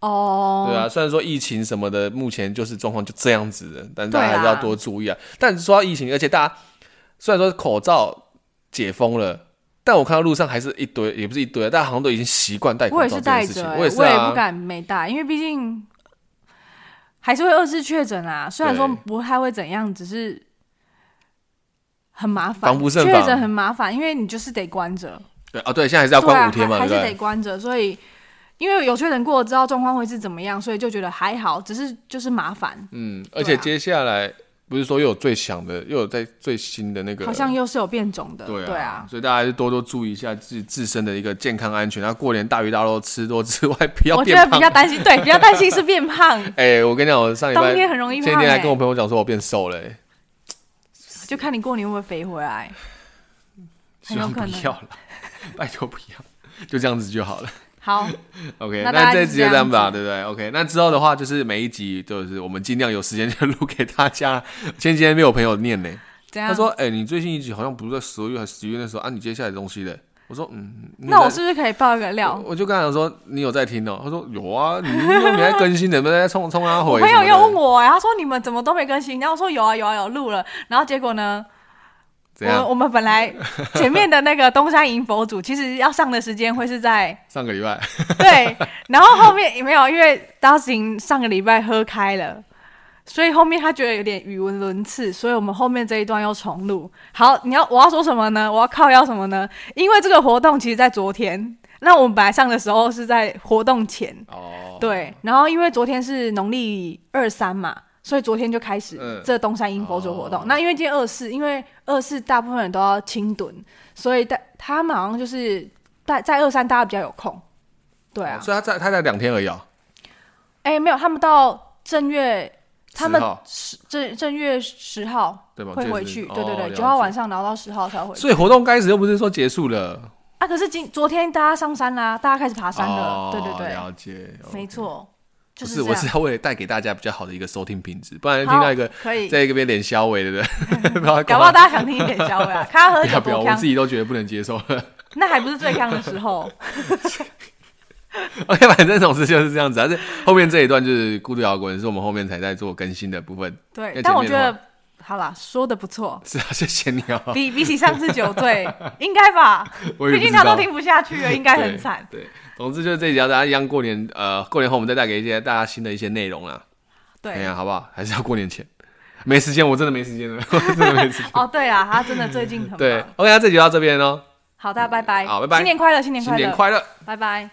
B: 哦、
A: 对啊，虽然说疫情什么的，目前就是状况就这样子的，但
B: 对
A: 大
B: 啊
A: 家还是要多注意啊。但说到疫情，而且大家虽然说口罩解封了。但我看到路上还是一堆，也不是一堆啊，大家好像都已经习惯戴口
B: 我也
A: 罩
B: 是
A: 这件
B: 带
A: 事情
B: 着、。欸，
A: 我也是
B: 我也不
A: 啊，
B: 敢没带，因为毕竟还是会二次确诊啊。虽然说
A: 对
B: 不太会怎样，只是很麻烦，
A: 防不胜
B: 确
A: 防
B: 诊很麻烦，因为你就是得关着，
A: 对啊，对，现在还是要
B: 对
A: 关
B: 啊，
A: 五天嘛，
B: 还
A: 对
B: 还
A: 不
B: 是得
A: 对？
B: 关着，所以。因为有确诊过，知道状况会是怎么样，所以就觉得还好，只是就是麻烦，
A: 嗯，而且接下来不是说又有最强的，又有在最新的那个，
B: 好像又是有变种的，
A: 对啊，
B: 对啊，
A: 所以大家还是多多注意一下自自身的一个健康安全。那过年大鱼大肉吃多之外，不要
B: 我觉
A: 变
B: 得比
A: 胖
B: 较。担心，对，比较担心是变胖，
A: 哎、我跟你讲，我上礼
B: 冬
A: 拜
B: 天很容易
A: 前
B: 胖、
A: 天
B: 欸，
A: 还跟我朋友讲说，我变瘦了、欸，
B: 就看你过年会不会肥回来。
A: 希
B: 很有
A: 望
B: 可
A: 不
B: 能
A: 要了， 拜托不要，就这样子就好了。
B: 好，
A: OK，
B: 那大家
A: 这一
B: 就
A: 集
B: 是这
A: 就这
B: 样
A: 样吧，
B: 子
A: 对不对？OK，那之后的话就是每一集都是我们尽量有时间就录给大家。 前几天被我朋友念呢、
B: 这样
A: 他说：“哎、你最新一集好像不是在十二月还是十一月那时候啊？你接下来的东西嘞？”我说：“嗯，你有
B: 那我
A: 在
B: 是不哦是可以爆一个料？
A: 我我就跟他讲说，你有在听哦、他说有啊，你你还更新，能不能再冲冲他回？
B: 我朋友又问，我、哎，他说你们怎么都没更新？然后我说有啊有啊有录了，然后结果呢，
A: 怎
B: 我
A: 样？
B: 我们本来前面的那个东山营佛祖，其实要上的时间会是在
A: 上个礼拜，
B: 对，然后后面也没有，因为 Dustin 上个礼拜喝开了。所以后面他觉得有点语无伦次，所以我们后面这一段又重录。好，你要我要说什么呢？我要靠要什么呢？因为这个活动其实在昨天，那我们本来上的时候是在活动前，
A: 哦，
B: 对，然后因为昨天是农历二三嘛，所以昨天就开始
A: 嗯
B: 这东山阴佛祖活动。
A: 哦
B: 那因为今天二四，因为二四大部分人都要清蹲，所以大他们好像就是在在二三大家比较有空。对啊，
A: 哦所以他在他在两天而已哦、
B: 哎、没有，他们到正月，他们
A: 10号
B: 十正正月十号
A: 对吧？
B: 会
A: 就是
B: 回去，对对
A: 哦
B: 对，
A: 了
B: 九号
A: 解
B: 晚上然后到十号才回去。
A: 所以活动开始又不是说结束了，
B: 啊，可是今昨天大家上山啦，大家开始爬山了，
A: 哦
B: 啊对对对，
A: 了解，
B: 没错，就
A: 不
B: 这
A: 是，
B: 样。
A: 我是要为了带给大家比较好的一个收听品质，不然听
B: 好
A: 到一个
B: 可以，
A: 在一个边脸消委的 人，不知道
B: 搞不好大家想听一点小伟啊，看他 喝
A: 不
B: 酒
A: 要不要，
B: 多
A: 我
B: 呛
A: 自，己都觉得不能接受了。
B: 那还不是最呛的时候。
A: OK，反正总之就是这样子啊。但是后面这一段就是孤独摇滚，是我们后面才在做更新的部分。
B: 对
A: 要，
B: 但我
A: 见
B: 觉
A: 面了
B: 得好啦，说的不错，
A: 是啊，谢谢你哦。
B: 比比起上次酒 醉，应该吧？
A: 我也
B: 毕
A: 不
B: 竟
A: 知
B: 他
A: 道
B: 都。听不下去 了，应该很
A: 对
B: 惨。
A: 对，总之就是这一集要大家一样过年，呃，过年后我们再带给一些大家新的一些内容啦。哎
B: 对
A: 呀，，好不好？还是要过年前，没时间，我真的没时间了，我 真的没时间。
B: 哦对啦，他真的最近很
A: 对
B: 忙。
A: ，OK，那这集就到这边哦，
B: 好的，拜拜。
A: 好拜拜
B: 新年快乐，新年
A: 新
B: 快
A: 年
B: 乐，
A: 快乐！
B: 拜拜。